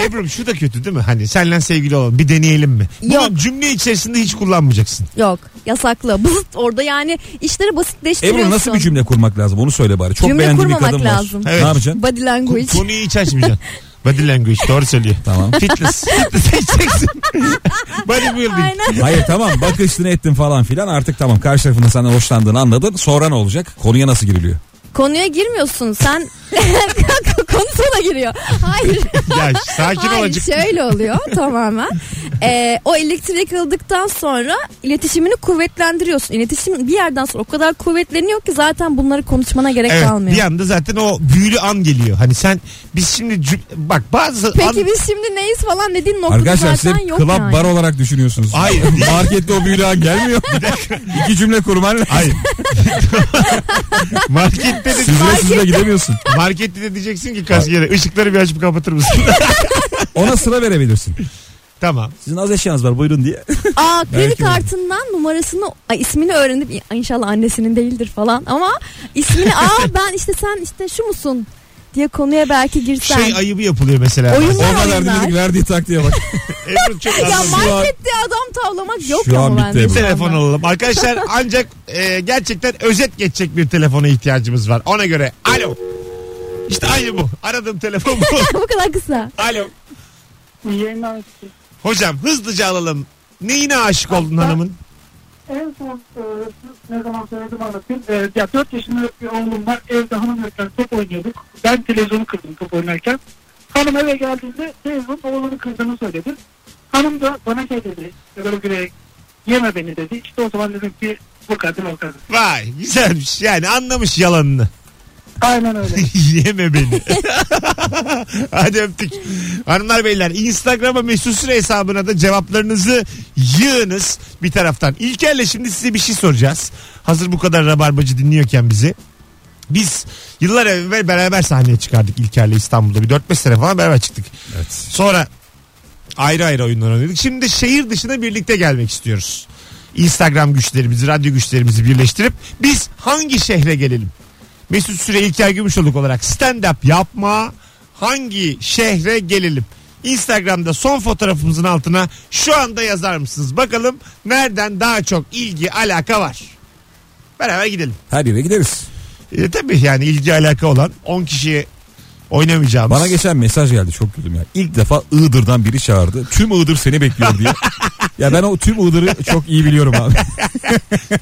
[SPEAKER 2] Ebru'm şu da kötü değil mi? Hani senle sevgili olalım bir deneyelim mi? Bunu
[SPEAKER 4] Yok.
[SPEAKER 2] cümle içerisinde hiç kullanmayacaksın.
[SPEAKER 4] Yok yasaklı. Bızıt orada yani işleri basitleştiriyorsun.
[SPEAKER 3] Ebru nasıl bir cümle kurmak lazım onu söyle bari. Çok
[SPEAKER 4] Cümle
[SPEAKER 3] beğendiğim bir
[SPEAKER 4] kurmamak
[SPEAKER 3] kadın
[SPEAKER 4] lazım.
[SPEAKER 3] var.
[SPEAKER 2] Evet.
[SPEAKER 3] Ne yapacaksın?
[SPEAKER 4] Body
[SPEAKER 2] Ko-
[SPEAKER 4] language.
[SPEAKER 2] konuyu hiç açmayacaksın. Body language doğru söylüyor.
[SPEAKER 3] Tamam.
[SPEAKER 2] Fitness. Fitness diyeceksin. Bodybuilding.
[SPEAKER 4] Aynen.
[SPEAKER 3] Hayır tamam bakışını ettin falan filan artık tamam karşı tarafında senden hoşlandığını anladın. Sonra ne olacak? Konuya nasıl giriliyor?
[SPEAKER 4] Konuya girmiyorsun sen. Konusuna giriyor. Hayır.
[SPEAKER 2] Ya
[SPEAKER 4] Hayır
[SPEAKER 2] sakin
[SPEAKER 4] şey
[SPEAKER 2] olacak.
[SPEAKER 4] şöyle oluyor tamamen. Ee, o elektrik aldıktan sonra iletişimini kuvvetlendiriyorsun. İletişim bir yerden sonra o kadar kuvvetleniyor ki zaten bunları konuşmana gerek
[SPEAKER 2] Evet
[SPEAKER 4] kalmıyor.
[SPEAKER 2] bir anda zaten o büyülü an geliyor. Hani sen biz şimdi cüm- bak bazı an-
[SPEAKER 4] Peki biz şimdi neyiz falan dediğin nokta
[SPEAKER 3] Arkadaşlar size
[SPEAKER 4] zaten yok
[SPEAKER 3] club
[SPEAKER 4] yani.
[SPEAKER 3] bar olarak düşünüyorsunuz.
[SPEAKER 2] Hayır.
[SPEAKER 3] Markette o büyülü an gelmiyor. İki cümle kurman lazım.
[SPEAKER 2] Hayır. markette de
[SPEAKER 3] Süzüle süzüle gidemiyorsun.
[SPEAKER 2] markette de diyeceksin ki kasiyere ışıkları bir açıp kapatır mısın?
[SPEAKER 3] Ona sıra verebilirsin.
[SPEAKER 2] tamam.
[SPEAKER 3] Sizin az eşyanız var buyurun diye.
[SPEAKER 4] Aa kredi
[SPEAKER 3] Belki de.
[SPEAKER 4] kartından numarasını ay, ismini öğrenip "İ- inşallah annesinin değildir falan ama ismini aa ben işte sen işte şu musun diye konuya belki girsen.
[SPEAKER 2] Şey ayıbı yapılıyor mesela.
[SPEAKER 4] Oyun-
[SPEAKER 3] o kadar
[SPEAKER 4] oyunlar.
[SPEAKER 3] dinledik verdiği taktiğe bak.
[SPEAKER 2] Ebru çok
[SPEAKER 4] ya
[SPEAKER 2] anlamlı.
[SPEAKER 3] an-
[SPEAKER 4] markette adam tavlamak yok
[SPEAKER 3] Şu an
[SPEAKER 4] ama
[SPEAKER 3] bitti
[SPEAKER 4] bence.
[SPEAKER 3] Ebru.
[SPEAKER 4] şu
[SPEAKER 2] telefon
[SPEAKER 4] anda.
[SPEAKER 2] alalım. Arkadaşlar ancak e, gerçekten özet geçecek bir telefona ihtiyacımız var. Ona göre alo. İşte aynı bu. Aradığım telefon bu.
[SPEAKER 4] Bu kadar kısa.
[SPEAKER 2] alo. Hocam hızlıca alalım. Neyine aşık oldun hanımın?
[SPEAKER 5] En son e, ne zaman söyledim anlatayım. E, ya 4 yaşında bir oğlum var. Evde hanımla top oynuyorduk. Ben televizyonu kırdım top oynarken. Hanım eve geldiğinde televizyon oğlunu kırdığını söyledi. Hanım da bana şey dedi. Böyle gülerek yeme beni dedi. İşte o zaman dedim ki bu kadın o kadın.
[SPEAKER 2] Vay güzelmiş yani anlamış yalanını.
[SPEAKER 5] Aynen öyle.
[SPEAKER 2] Yeme beni. Hadi öptük. Hanımlar beyler Instagram'a mesut süre hesabına da cevaplarınızı yığınız bir taraftan. İlker'le şimdi size bir şey soracağız. Hazır bu kadar rabarbacı dinliyorken bizi. Biz yıllar evvel beraber sahneye çıkardık İlker'le İstanbul'da. Bir 4-5 sene falan beraber çıktık.
[SPEAKER 3] Evet.
[SPEAKER 2] Sonra ayrı ayrı oyunlar oynadık. Şimdi şehir dışına birlikte gelmek istiyoruz. Instagram güçlerimizi, radyo güçlerimizi birleştirip biz hangi şehre gelelim? Mesut Süre İlker Gümüşoluk olarak stand-up yapma hangi şehre gelelim? Instagram'da son fotoğrafımızın altına şu anda yazar mısınız? Bakalım nereden daha çok ilgi, alaka var? Beraber gidelim.
[SPEAKER 3] Her yere gideriz.
[SPEAKER 2] E, tabii yani ilgi alaka olan 10 kişiye oynamayacağımız.
[SPEAKER 3] Bana geçen mesaj geldi çok güldüm ya. İlk defa Iğdır'dan biri çağırdı. Tüm Iğdır seni bekliyor diye. ya ben o tüm Iğdır'ı çok iyi biliyorum abi.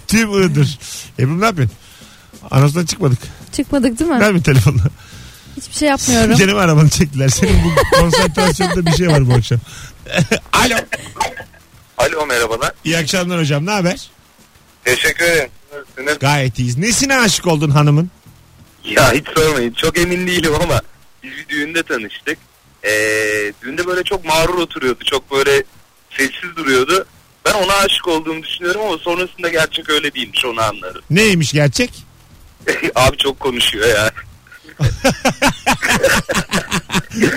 [SPEAKER 2] Tüm Iğdır. Ebru ne yapıyorsun? Anonsdan çıkmadık.
[SPEAKER 4] Çıkmadık değil mi?
[SPEAKER 2] Ver mi telefonla?
[SPEAKER 4] Hiçbir şey yapmıyorum.
[SPEAKER 2] Gene mi arabanı çektiler? Senin bu konsantrasyonda bir şey var bu akşam. Alo.
[SPEAKER 7] Alo merhabalar.
[SPEAKER 2] İyi akşamlar hocam. Ne haber?
[SPEAKER 7] Teşekkür ederim. Nasılsınız?
[SPEAKER 2] Gayet iyiyiz. Nesine aşık oldun hanımın?
[SPEAKER 7] Ya hiç sormayın. Çok emin değilim ama biz bir düğünde tanıştık. Ee, düğünde böyle çok mağrur oturuyordu. Çok böyle sessiz duruyordu. Ben ona aşık olduğumu düşünüyorum ama sonrasında gerçek öyle değilmiş onu anladım.
[SPEAKER 2] Neymiş gerçek?
[SPEAKER 7] Abi çok konuşuyor ya.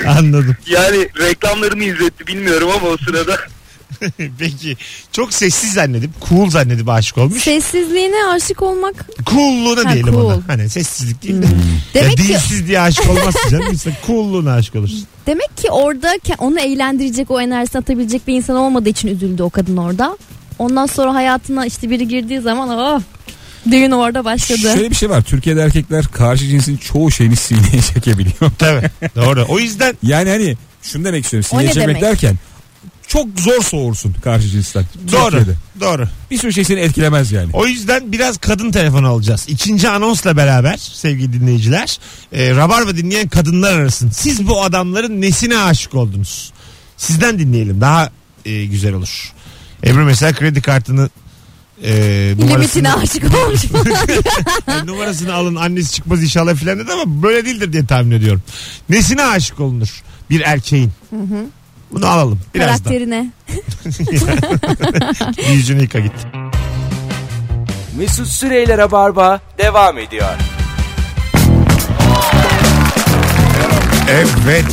[SPEAKER 2] Anladım.
[SPEAKER 7] Yani reklamlarını izletti bilmiyorum ama o sırada
[SPEAKER 2] Peki. Çok sessiz zannedip, cool zannedip aşık olmuş.
[SPEAKER 4] Sessizliğine aşık olmak
[SPEAKER 2] Cool'luğuna
[SPEAKER 4] Ha,
[SPEAKER 2] diyelim
[SPEAKER 4] cool. Hmm.
[SPEAKER 2] ona. Hani sessizlik değil de.
[SPEAKER 4] Demek
[SPEAKER 2] Ya
[SPEAKER 4] ki-
[SPEAKER 2] dilsiz diye aşık olmazsın canım. İşte cool'luğuna aşık olursun.
[SPEAKER 4] demek ki orada ke- onu eğlendirecek o enerjisini atabilecek bir insan olmadığı için üzüldü o kadın orada. Ondan sonra hayatına işte biri girdiği zaman oh düğün orada başladı.
[SPEAKER 3] Şöyle bir şey var. Türkiye'de erkekler karşı cinsin çoğu şeyini sineye çekebiliyor.
[SPEAKER 2] Tabii. Doğru. O yüzden
[SPEAKER 3] Yani hani şunu demek istiyorum.
[SPEAKER 4] O
[SPEAKER 3] Sineye
[SPEAKER 4] ne
[SPEAKER 3] çekmek
[SPEAKER 4] demek?
[SPEAKER 3] derken çok zor soğursun karşı cinsten.
[SPEAKER 2] doğru.
[SPEAKER 3] Türkiye'de.
[SPEAKER 2] Doğru.
[SPEAKER 3] Bir sürü şey seni etkilemez yani.
[SPEAKER 2] O yüzden biraz kadın telefonu alacağız. İkinci anonsla beraber sevgili dinleyiciler. E, Rabarba dinleyen kadınlar arasın. Siz bu adamların nesine aşık oldunuz? Sizden dinleyelim. Daha e, güzel olur. Ebru mesela kredi kartını e,
[SPEAKER 4] Limitine
[SPEAKER 2] numarasını,
[SPEAKER 4] aşık olmuş falan.
[SPEAKER 2] yani numarasını alın annesi çıkmaz inşallah filan dedi ama böyle değildir diye tahmin ediyorum. Nesine aşık olunur bir erkeğin? Bunu alalım birazdan.
[SPEAKER 4] Karakterine.
[SPEAKER 2] Bir yüzünü yıka git.
[SPEAKER 1] Mesut Süreyler'e barba devam ediyor.
[SPEAKER 2] Evet.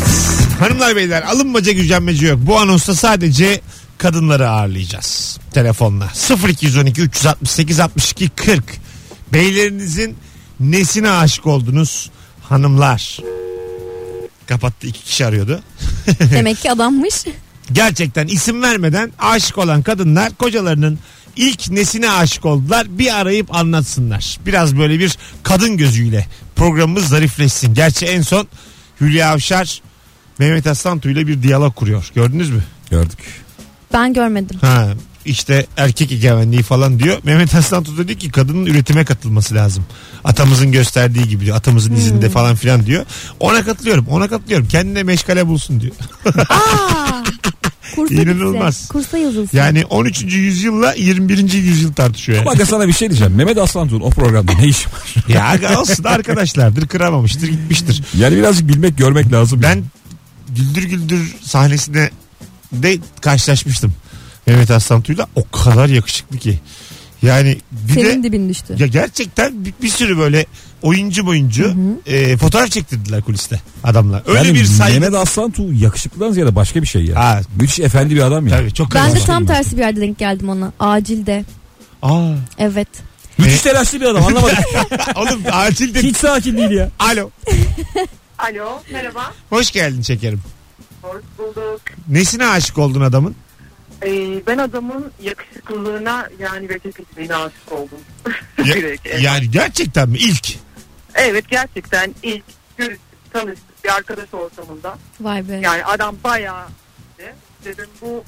[SPEAKER 2] Hanımlar beyler alınmaca gücenmece yok. Bu anonsta sadece kadınları ağırlayacağız. Telefonla. 0212 368 62 40. Beylerinizin nesine aşık oldunuz hanımlar? Kapattı iki kişi arıyordu.
[SPEAKER 4] Demek ki adammış.
[SPEAKER 2] Gerçekten isim vermeden aşık olan kadınlar kocalarının ilk nesine aşık oldular bir arayıp anlatsınlar. Biraz böyle bir kadın gözüyle programımız zarifleşsin. Gerçi en son Hülya Avşar Mehmet Aslantu ile bir diyalog kuruyor. Gördünüz mü?
[SPEAKER 3] Gördük.
[SPEAKER 4] Ben görmedim.
[SPEAKER 2] Ha işte erkek egemenliği falan diyor. Mehmet Aslantu da diyor ki kadının üretime katılması lazım. Atamızın gösterdiği gibi diyor. Atamızın izinde falan filan diyor. Ona katılıyorum. Ona katılıyorum. Kendine meşgale bulsun diyor.
[SPEAKER 4] Aa! Kursa gitse,
[SPEAKER 2] İnanılmaz.
[SPEAKER 4] Kursa yazılsın.
[SPEAKER 2] Yani 13. yüzyılla 21. yüzyıl tartışıyor. Yani.
[SPEAKER 3] Bak sana bir şey diyeceğim. Mehmet Aslantuğ'un o programda ne işi var?
[SPEAKER 2] ya aga olsun arkadaşlardır kıramamıştır gitmiştir.
[SPEAKER 3] Yani birazcık bilmek görmek lazım.
[SPEAKER 2] Ben Güldür Güldür sahnesine de karşılaşmıştım. Mehmet Aslantu'yla o kadar yakışıklı ki. Yani bir
[SPEAKER 4] Senin
[SPEAKER 2] de
[SPEAKER 4] dibin düştü.
[SPEAKER 2] ya gerçekten bir, bir sürü böyle oyuncu oyuncu e, fotoğraf çektirdiler kuliste adamlar. Öyle
[SPEAKER 3] Yani
[SPEAKER 2] bir saygı.
[SPEAKER 3] Mehmet Aslantuğ yakışıklıdan ziyade başka bir şey ya.
[SPEAKER 2] Ha,
[SPEAKER 3] Müthiş efendi bir adam ya.
[SPEAKER 2] tabii çok
[SPEAKER 4] Ben de
[SPEAKER 2] karizmatik.
[SPEAKER 4] tam tersi bir yerde denk geldim ona. Acilde.
[SPEAKER 2] Aa,
[SPEAKER 4] Evet.
[SPEAKER 3] Müthiş telaşlı bir adam anlamadım.
[SPEAKER 2] oğlum acilde.
[SPEAKER 3] Hiç sakin değil ya.
[SPEAKER 2] Alo.
[SPEAKER 8] Alo merhaba.
[SPEAKER 2] Hoş geldin şekerim.
[SPEAKER 8] Hoş bulduk.
[SPEAKER 2] Nesine aşık oldun adamın?
[SPEAKER 8] Ee, ben adamın yakışıklılığına yani ve tepkisine aşık oldum.
[SPEAKER 2] Ya-
[SPEAKER 8] Direkt, evet.
[SPEAKER 2] yani gerçekten mi? İlk.
[SPEAKER 8] Evet gerçekten ilk görüştük tanıştık bir arkadaş ortamında.
[SPEAKER 4] Vay be.
[SPEAKER 8] Yani adam bayağı dedim bu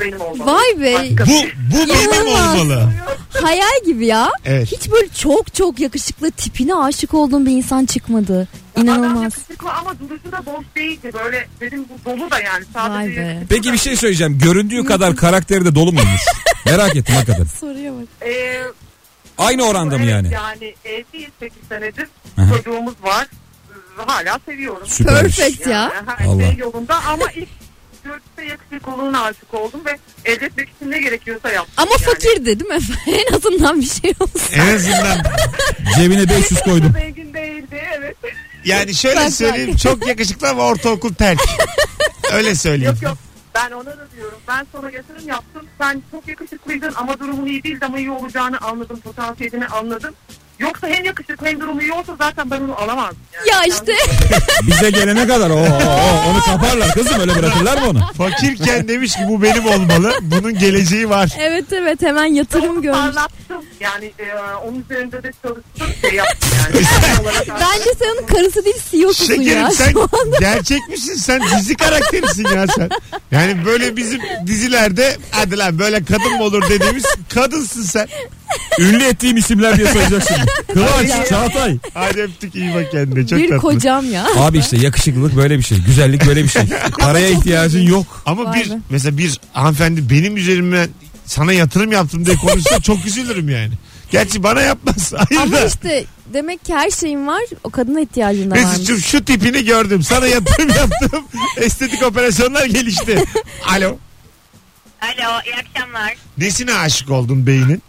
[SPEAKER 8] benim olmalı.
[SPEAKER 4] Vay be.
[SPEAKER 8] Başka- şey.
[SPEAKER 2] Bu bu benim
[SPEAKER 4] İnanılmaz.
[SPEAKER 2] olmalı.
[SPEAKER 4] Hayal gibi ya.
[SPEAKER 2] Evet.
[SPEAKER 4] Hiç böyle çok çok yakışıklı tipine aşık olduğum bir insan çıkmadı.
[SPEAKER 8] Adam
[SPEAKER 4] İnanılmaz.
[SPEAKER 8] yakışıklı ama duruşu da boş değildi. Böyle dedim bu dolu da yani.
[SPEAKER 4] Vay
[SPEAKER 8] Sadece
[SPEAKER 4] be.
[SPEAKER 8] yakışıklı
[SPEAKER 3] Peki
[SPEAKER 8] da
[SPEAKER 3] bir şey söyleyeceğim. Göründüğü kadar karakteri de dolu muymuş? Merak ettim hakikaten.
[SPEAKER 4] Soruya bak.
[SPEAKER 8] Ee,
[SPEAKER 3] Aynı oranda mı
[SPEAKER 8] evet,
[SPEAKER 3] yani?
[SPEAKER 8] Yani evliyiz 8 senedir.
[SPEAKER 3] Aha.
[SPEAKER 8] Çocuğumuz var. Ee, Hala seviyorum.
[SPEAKER 3] Süpermiş.
[SPEAKER 4] Perfect ya.
[SPEAKER 8] Yani her
[SPEAKER 3] Allah.
[SPEAKER 8] şey yolunda ama ilk görüşte yakışıklılığına aşık oldum ve elde etmek için ne gerekiyorsa yaptım.
[SPEAKER 4] Ama
[SPEAKER 8] yani.
[SPEAKER 4] fakirdi değil mi? en azından bir şey olsun.
[SPEAKER 2] En azından
[SPEAKER 3] Cebine 500 koydum.
[SPEAKER 8] Zengin değildi evet.
[SPEAKER 2] yani şöyle
[SPEAKER 4] Bak,
[SPEAKER 2] söyleyeyim
[SPEAKER 4] bak.
[SPEAKER 2] çok yakışıklı ama ortaokul terk. Öyle söyleyeyim.
[SPEAKER 8] yok yok. Ben ona da diyorum. Ben sana yatırım yaptım. Sen çok yakışıklıydın ama durumun iyi değildi ama iyi olacağını anladım. Potansiyelini anladım. Yoksa hem yakışıklı hem durumu iyi olsa zaten ben onu alamazdım. Yani.
[SPEAKER 4] ya işte.
[SPEAKER 3] Bize gelene kadar o, o, o, onu kaparlar kızım öyle bırakırlar mı onu?
[SPEAKER 2] Fakirken demiş ki bu benim olmalı. Bunun geleceği var.
[SPEAKER 4] evet evet hemen
[SPEAKER 8] Ben
[SPEAKER 4] yatırım
[SPEAKER 8] onu
[SPEAKER 4] görmüş.
[SPEAKER 8] parlattım. Yani e, onun üzerinde de çalıştım. Şey yaptım yani. Tam olarak
[SPEAKER 4] Bence sen onun karısı değil CEO kusun
[SPEAKER 2] Şekerim
[SPEAKER 4] ya.
[SPEAKER 2] sen
[SPEAKER 4] Şu an
[SPEAKER 2] gerçek misin? Sen dizi karakterisin ya sen. Yani böyle bizim dizilerde hadi lan böyle kadın mı olur dediğimiz kadınsın sen.
[SPEAKER 3] Ünlü ettiğim isimler diye sayacaksın. Kıvanç, Çağatay.
[SPEAKER 2] Hadi öptük iyi bak kendine çok
[SPEAKER 4] bir
[SPEAKER 2] tatlı.
[SPEAKER 4] kocam ya.
[SPEAKER 3] Abi işte yakışıklılık böyle bir şey. Güzellik böyle bir şey. Paraya ihtiyacın yok.
[SPEAKER 2] Ama
[SPEAKER 4] Vay
[SPEAKER 2] bir
[SPEAKER 4] be.
[SPEAKER 2] mesela bir hanımefendi benim üzerimden sana yatırım yaptım diye konuşsa çok üzülürüm yani. Gerçi bana yapmaz. Hayır
[SPEAKER 4] Ama
[SPEAKER 2] da.
[SPEAKER 4] işte demek ki her şeyin var. O kadına ihtiyacın da varmış.
[SPEAKER 2] Mesut'cum şu tipini gördüm. Sana yatırım yaptım. Estetik operasyonlar gelişti. Alo.
[SPEAKER 9] Alo iyi akşamlar.
[SPEAKER 2] Nesine aşık oldun beynin?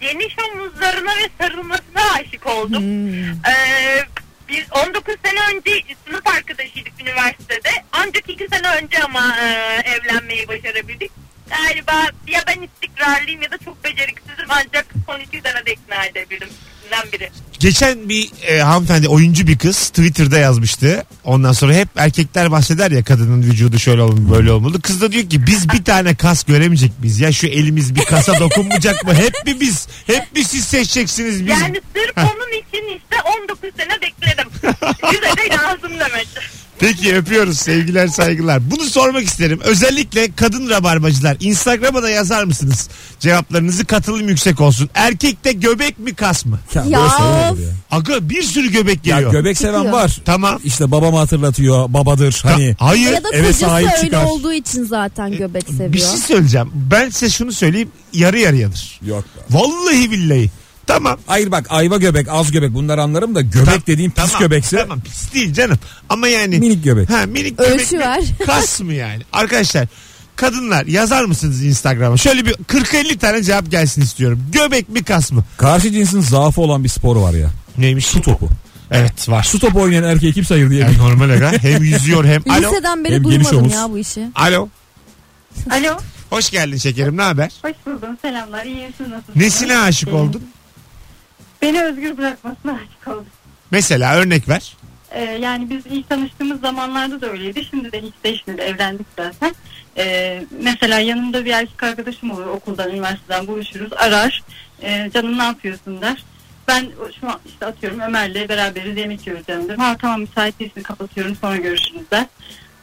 [SPEAKER 9] Geniş omuzlarına ve sarılmasına aşık oldum.
[SPEAKER 2] Hmm.
[SPEAKER 9] Ee, biz 19 sene önce sınıf arkadaşıydık üniversitede. Ancak 2 sene önce ama e, evlenmeyi başarabildik. Galiba ya ben istikrarlıyım ya da çok beceriksizim ancak son 2 senede ikna edebildim. İkisinden biri.
[SPEAKER 2] Geçen bir e, hanımefendi oyuncu bir kız Twitter'da yazmıştı. Ondan sonra hep erkekler bahseder ya kadının vücudu şöyle olmalı böyle olmalı. Kız da diyor ki biz bir tane kas göremeyecek miyiz? Ya şu elimiz bir kasa dokunmayacak mı? Hep mi biz? Hep mi siz seçeceksiniz biz?
[SPEAKER 9] Yani sırf onun için işte 19 sene bekledim. Yüze de lazım demek.
[SPEAKER 2] Peki öpüyoruz sevgiler saygılar. Bunu sormak isterim. Özellikle kadın rabarbacılar. Instagram'a da yazar mısınız? Cevaplarınızı katılım yüksek olsun. Erkekte göbek mi kas mı?
[SPEAKER 3] Ya, böyle
[SPEAKER 4] Ya.
[SPEAKER 3] sorun olur ya.
[SPEAKER 2] Aga bir sürü göbek
[SPEAKER 3] Ya
[SPEAKER 2] geliyor.
[SPEAKER 3] göbek seven
[SPEAKER 4] Çıkıyor.
[SPEAKER 3] var.
[SPEAKER 2] Tamam.
[SPEAKER 3] İşte babamı hatırlatıyor. Babadır hani.
[SPEAKER 2] Hani, Hayır.
[SPEAKER 4] Ya da
[SPEAKER 3] eve
[SPEAKER 4] kocası
[SPEAKER 3] sahip
[SPEAKER 4] öyle
[SPEAKER 3] çıkar.
[SPEAKER 4] olduğu için zaten göbek seviyor.
[SPEAKER 2] Bir şey söyleyeceğim. Ben size şunu söyleyeyim. Yarı yarıyadır.
[SPEAKER 3] Yok.
[SPEAKER 2] Vallahi billahi. Tamam.
[SPEAKER 3] Hayır bak ayva göbek, az göbek bunları anlarım da göbek
[SPEAKER 2] Tam-
[SPEAKER 3] dediğim pis
[SPEAKER 2] tamam,
[SPEAKER 3] göbekse
[SPEAKER 2] Tamam pis değil canım. Ama yani.
[SPEAKER 3] minik göbek.
[SPEAKER 2] Ha minik
[SPEAKER 4] Ölçü
[SPEAKER 2] göbek mi?
[SPEAKER 4] ver.
[SPEAKER 2] Kas mı yani? Arkadaşlar kadınlar yazar mısınız Instagram'a? Şöyle bir 40-50 tane cevap gelsin istiyorum. Göbek mi kas mı?
[SPEAKER 3] Karşı cinsin zaafı olan bir spor var ya.
[SPEAKER 2] Neymiş?
[SPEAKER 3] Su topu.
[SPEAKER 2] Evet var.
[SPEAKER 3] Su topu oynayan erkeği kim sayır diye.
[SPEAKER 2] Yani normal aga. Hem yüzüyor hem. Alo.
[SPEAKER 4] Liseden beri
[SPEAKER 3] Hem geniş
[SPEAKER 4] duymadım
[SPEAKER 3] omuz.
[SPEAKER 4] ya bu işi.
[SPEAKER 2] Alo.
[SPEAKER 9] Alo.
[SPEAKER 2] Hoş geldin şekerim ne haber?
[SPEAKER 9] Hoş buldum. Selamlar. İyiyim. Siz nasılsınız?
[SPEAKER 2] Nesine aşık oldun?
[SPEAKER 9] Beni özgür bırakmasına aşık oldum.
[SPEAKER 2] Mesela örnek ver.
[SPEAKER 9] Ee, yani biz ilk tanıştığımız zamanlarda da öyleydi. Şimdi de hiç değişmedi. Evlendik zaten. Ee, mesela yanımda bir erkek arkadaşım olur. Okuldan, üniversiteden buluşuruz. Arar. Ee, canım ne yapıyorsun der. Ben şu an işte atıyorum Ömer'le beraberiz yemek yiyoruz canım derim. Ha tamam müsait değilsin kapatıyorum sonra görüşürüz der.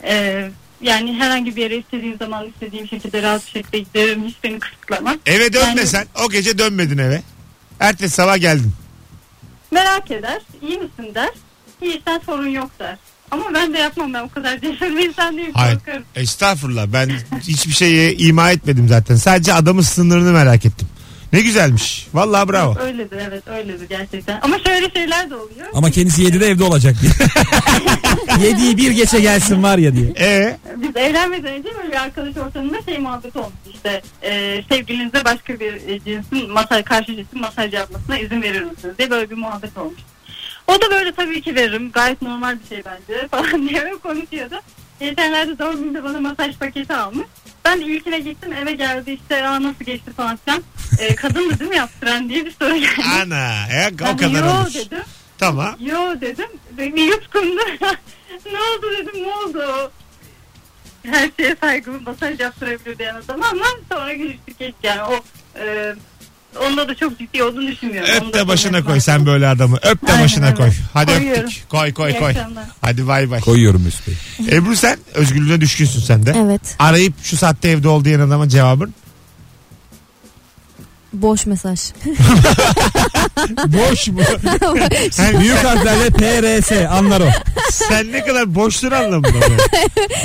[SPEAKER 9] Ee, yani herhangi bir yere istediğim zaman istediğim şekilde rahat bir şekilde giderim. Hiç beni kısıtlamaz.
[SPEAKER 2] Eve
[SPEAKER 9] Yani-
[SPEAKER 2] dönmesen o gece dönmedin eve. Ertesi sabah geldin.
[SPEAKER 9] merak eder. iyi misin der. İyiysen sorun yok der. Ama ben de yapmam ben o kadar cesur bir insan değilim.
[SPEAKER 2] Hayır.
[SPEAKER 9] korkarım.
[SPEAKER 2] Estağfurullah ben hiçbir şeye ima etmedim zaten. Sadece adamın sınırını merak ettim. Ne güzelmiş. Vallahi bravo.
[SPEAKER 9] Öyledir evet öyledir gerçekten. Ama şöyle şeyler de oluyor.
[SPEAKER 3] Ama kendisi 7'de evde olacak diye. 7'yi bir geçe gelsin var ya diye.
[SPEAKER 2] E
[SPEAKER 9] Biz evlenmeden önce böyle bir arkadaş ortamında şey muhabbet olmuş işte. E, sevgilinize başka bir e, cinsin masaj, karşı cinsin masaj yapmasına izin verir misiniz diye böyle bir muhabbet olmuş. O da böyle tabii ki veririm. Gayet normal bir şey bence falan diye böyle konuşuyordu. Geçenlerde doğum günde bana masaj paketi almış. Ben de ilkine gittim eve geldi işte aa nasıl geçti falan filan. E, kadındı değil mi yaptıran diye bir soru geldi.
[SPEAKER 2] ana e, o
[SPEAKER 9] Ben de,
[SPEAKER 2] kadar
[SPEAKER 9] "Yo"
[SPEAKER 2] olur.
[SPEAKER 9] dedim.
[SPEAKER 2] Tamam.
[SPEAKER 9] Yo dedim. Beni yutkundu. ne oldu dedim ne oldu? Her şeye saygımı masaj yaptırabilir diyen adam ama sonra gülüştük hiç yani o e, onda da çok ciddi olduğunu düşünmüyorum.
[SPEAKER 2] Öp
[SPEAKER 9] Onda
[SPEAKER 2] de
[SPEAKER 9] da
[SPEAKER 2] başına
[SPEAKER 9] sorun
[SPEAKER 2] koy
[SPEAKER 9] yok.
[SPEAKER 2] sen böyle adamı. Öp de
[SPEAKER 9] Aynen
[SPEAKER 2] başına
[SPEAKER 9] öyle.
[SPEAKER 2] koy. Hadi
[SPEAKER 9] Koyuyorum.
[SPEAKER 2] öptük. Koy koy
[SPEAKER 9] İyi
[SPEAKER 2] koy.
[SPEAKER 9] akşamlar.
[SPEAKER 2] Hadi bay bay.
[SPEAKER 3] Koyuyorum Mesut Bey.
[SPEAKER 2] Ebru sen özgürlüğüne düşkünsün sen de.
[SPEAKER 4] Evet.
[SPEAKER 2] Arayıp şu saatte evde ol diyen adama cevabın.
[SPEAKER 4] Boş mesaj.
[SPEAKER 2] Boş mu?
[SPEAKER 3] Yani büyük harflerle PRS anlar o.
[SPEAKER 2] sen ne kadar boştur anlamında.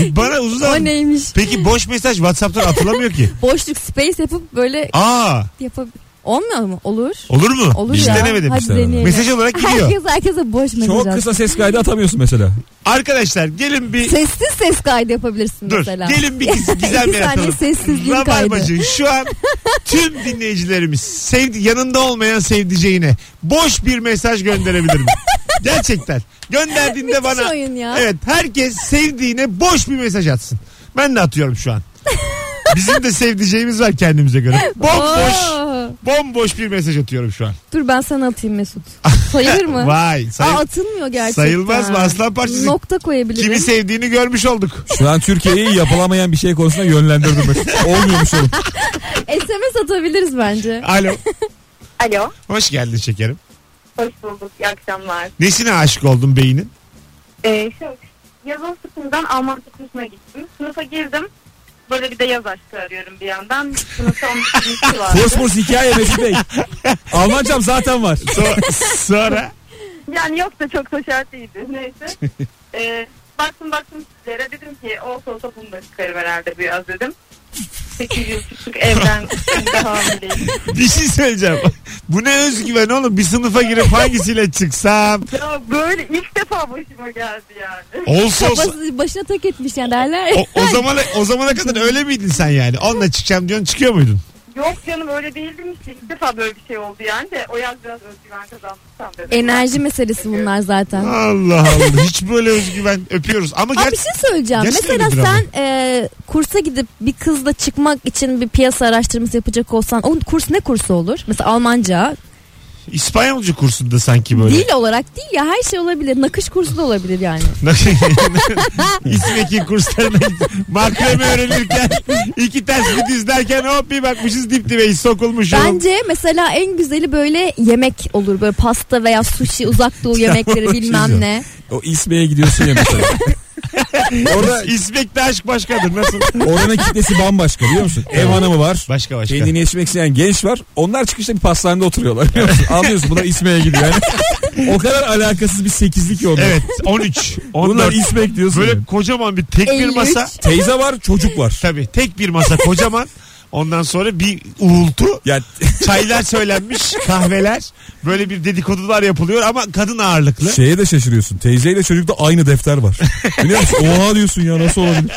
[SPEAKER 2] bu. Bana uzun
[SPEAKER 4] o
[SPEAKER 2] zaman...
[SPEAKER 4] neymiş?
[SPEAKER 2] Peki boş mesaj Whatsapp'tan atılamıyor ki.
[SPEAKER 4] Boşluk space yapıp böyle
[SPEAKER 2] Aa
[SPEAKER 4] yapab... Olmuyor mu? Olur.
[SPEAKER 2] olur mu?
[SPEAKER 4] Olur
[SPEAKER 2] Hiç
[SPEAKER 4] ya.
[SPEAKER 2] denemedim.
[SPEAKER 4] Hadi
[SPEAKER 3] işte.
[SPEAKER 4] deneyelim.
[SPEAKER 2] Mesaj olarak gidiyor.
[SPEAKER 4] Herkes herkese boş mesaj
[SPEAKER 3] Çok
[SPEAKER 4] atsın.
[SPEAKER 3] kısa ses kaydı atamıyorsun mesela.
[SPEAKER 2] Arkadaşlar gelin bir
[SPEAKER 4] Sessiz ses kaydı yapabilirsin
[SPEAKER 2] Dur
[SPEAKER 4] mesela.
[SPEAKER 2] gelin bir giz- gizemle
[SPEAKER 4] İki saniye
[SPEAKER 2] yatalım.
[SPEAKER 4] sessizliğin kaydı.
[SPEAKER 2] Rabarbacı şu an tüm dinleyicilerimiz sevdi, yanında olmayan sevdiceğine boş bir mesaj gönderebilir mi? Gerçekten. Gönderdiğinde
[SPEAKER 4] Müthiş
[SPEAKER 2] bana
[SPEAKER 4] oyun ya.
[SPEAKER 2] Evet herkes sevdiğine boş bir mesaj atsın. Ben de atıyorum şu an. Bizim de sevdiceğimiz var kendimize göre. Bomboş,
[SPEAKER 4] Oo.
[SPEAKER 2] bomboş bir mesaj atıyorum şu an.
[SPEAKER 4] Dur ben sana atayım Mesut. Sayılır mı?
[SPEAKER 2] Vay. sayı-
[SPEAKER 4] Aa, atılmıyor gerçekten.
[SPEAKER 2] Sayılmaz mı? Aslan parçası.
[SPEAKER 4] Nokta koyabilirim.
[SPEAKER 2] kimi sevdiğini görmüş olduk.
[SPEAKER 3] Şu an Türkiye'yi yapılamayan bir şey konusunda yönlendirdim. Mesut. Olmuyormuş oğlum.
[SPEAKER 4] SMS atabiliriz bence.
[SPEAKER 2] Alo.
[SPEAKER 8] Alo.
[SPEAKER 2] Hoş geldin şekerim.
[SPEAKER 8] Hoş bulduk. İyi akşamlar.
[SPEAKER 2] Nesine aşık oldun beynin?
[SPEAKER 8] Ee, şimdi yazın sıkıntıdan Almanca kursuna gittim. Sınıfa girdim. Böyle bir de yaz aşkı arıyorum bir yandan. Sınıfta onun sınıfı vardı.
[SPEAKER 3] Fos fos hikaye Mesut Bey. Almancam zaten var.
[SPEAKER 2] Sonra, sonra
[SPEAKER 8] yani yok da çok da şart değildi. Neyse. Ee, baktım baktım sizlere dedim ki olsa olsa bunu da çıkarım herhalde bu yaz dedim. 8 yıl çıktık evden. Şimdi hamileyim.
[SPEAKER 2] bir şey söyleyeceğim. Bu ne özgüven oğlum? Bir sınıfa girip hangisiyle çıksam?
[SPEAKER 8] Ya böyle ilk defa başıma geldi yani.
[SPEAKER 2] Olsa olsa.
[SPEAKER 4] Kafası başına tak etmiş yani derler.
[SPEAKER 2] O, o zamana o zamana kadar öyle miydin sen yani? Onunla çıkacağım diyorsun çıkıyor muydun?
[SPEAKER 8] Yok canım öyle değildim işte. İlk defa böyle bir şey oldu yani de o yaz biraz özgüven kazanmışsam dedim.
[SPEAKER 4] Enerji meselesi bunlar zaten.
[SPEAKER 2] Allah Allah. Hiç böyle özgüven öpüyoruz. Ama
[SPEAKER 4] Abi
[SPEAKER 2] ger-
[SPEAKER 4] bir şey söyleyeceğim.
[SPEAKER 2] gerçekten
[SPEAKER 4] Mesela
[SPEAKER 2] öyledir ama.
[SPEAKER 4] sen e, kursa gidip bir kızla çıkmak için bir piyasa araştırması yapacak olsan o kurs ne kursu olur? Mesela Almanca.
[SPEAKER 2] İspanyolcu kursunda sanki böyle.
[SPEAKER 4] Dil olarak değil ya her şey olabilir. Nakış kursu da olabilir yani.
[SPEAKER 2] İsmeki kurslarına git- makreme öğrenirken iki ters bir izlerken hop bir bakmışız dip dibeyiz sokulmuşum.
[SPEAKER 4] Bence mesela en güzeli böyle yemek olur. Böyle pasta veya sushi uzak doğu yemekleri
[SPEAKER 3] Tamam,
[SPEAKER 4] bilmem
[SPEAKER 3] şey
[SPEAKER 4] ne.
[SPEAKER 3] O İsme'ye gidiyorsun ya mesela. Orada
[SPEAKER 2] İsmek'te aşk başkadır. Nasıl?
[SPEAKER 3] oranın kitlesi bambaşka biliyor musun? Ev hanımı var.
[SPEAKER 2] Başka başka.
[SPEAKER 3] Kendini yetişmek isteyen genç var. Onlar çıkışta bir pastanede oturuyorlar biliyor musun? Anlıyorsun buna İsmek'e gidiyor. Yani o kadar alakasız bir sekizlik yok.
[SPEAKER 2] Evet 13,
[SPEAKER 3] Bunlar
[SPEAKER 2] 14.
[SPEAKER 3] İsmek diyorsun.
[SPEAKER 2] Böyle
[SPEAKER 3] yani.
[SPEAKER 2] kocaman bir tek bir
[SPEAKER 4] 53.
[SPEAKER 2] masa.
[SPEAKER 3] Teyze var çocuk var.
[SPEAKER 2] Tabii tek bir masa kocaman. Ondan sonra bir uğultu.
[SPEAKER 3] Ya
[SPEAKER 2] Çaylar söylenmiş, kahveler. Böyle bir dedikodular yapılıyor ama kadın ağırlıklı.
[SPEAKER 3] şeye de şaşırıyorsun. Teyzeyle çocukta aynı defter var. Biliyor musun? Oha diyorsun ya nasıl olabilir?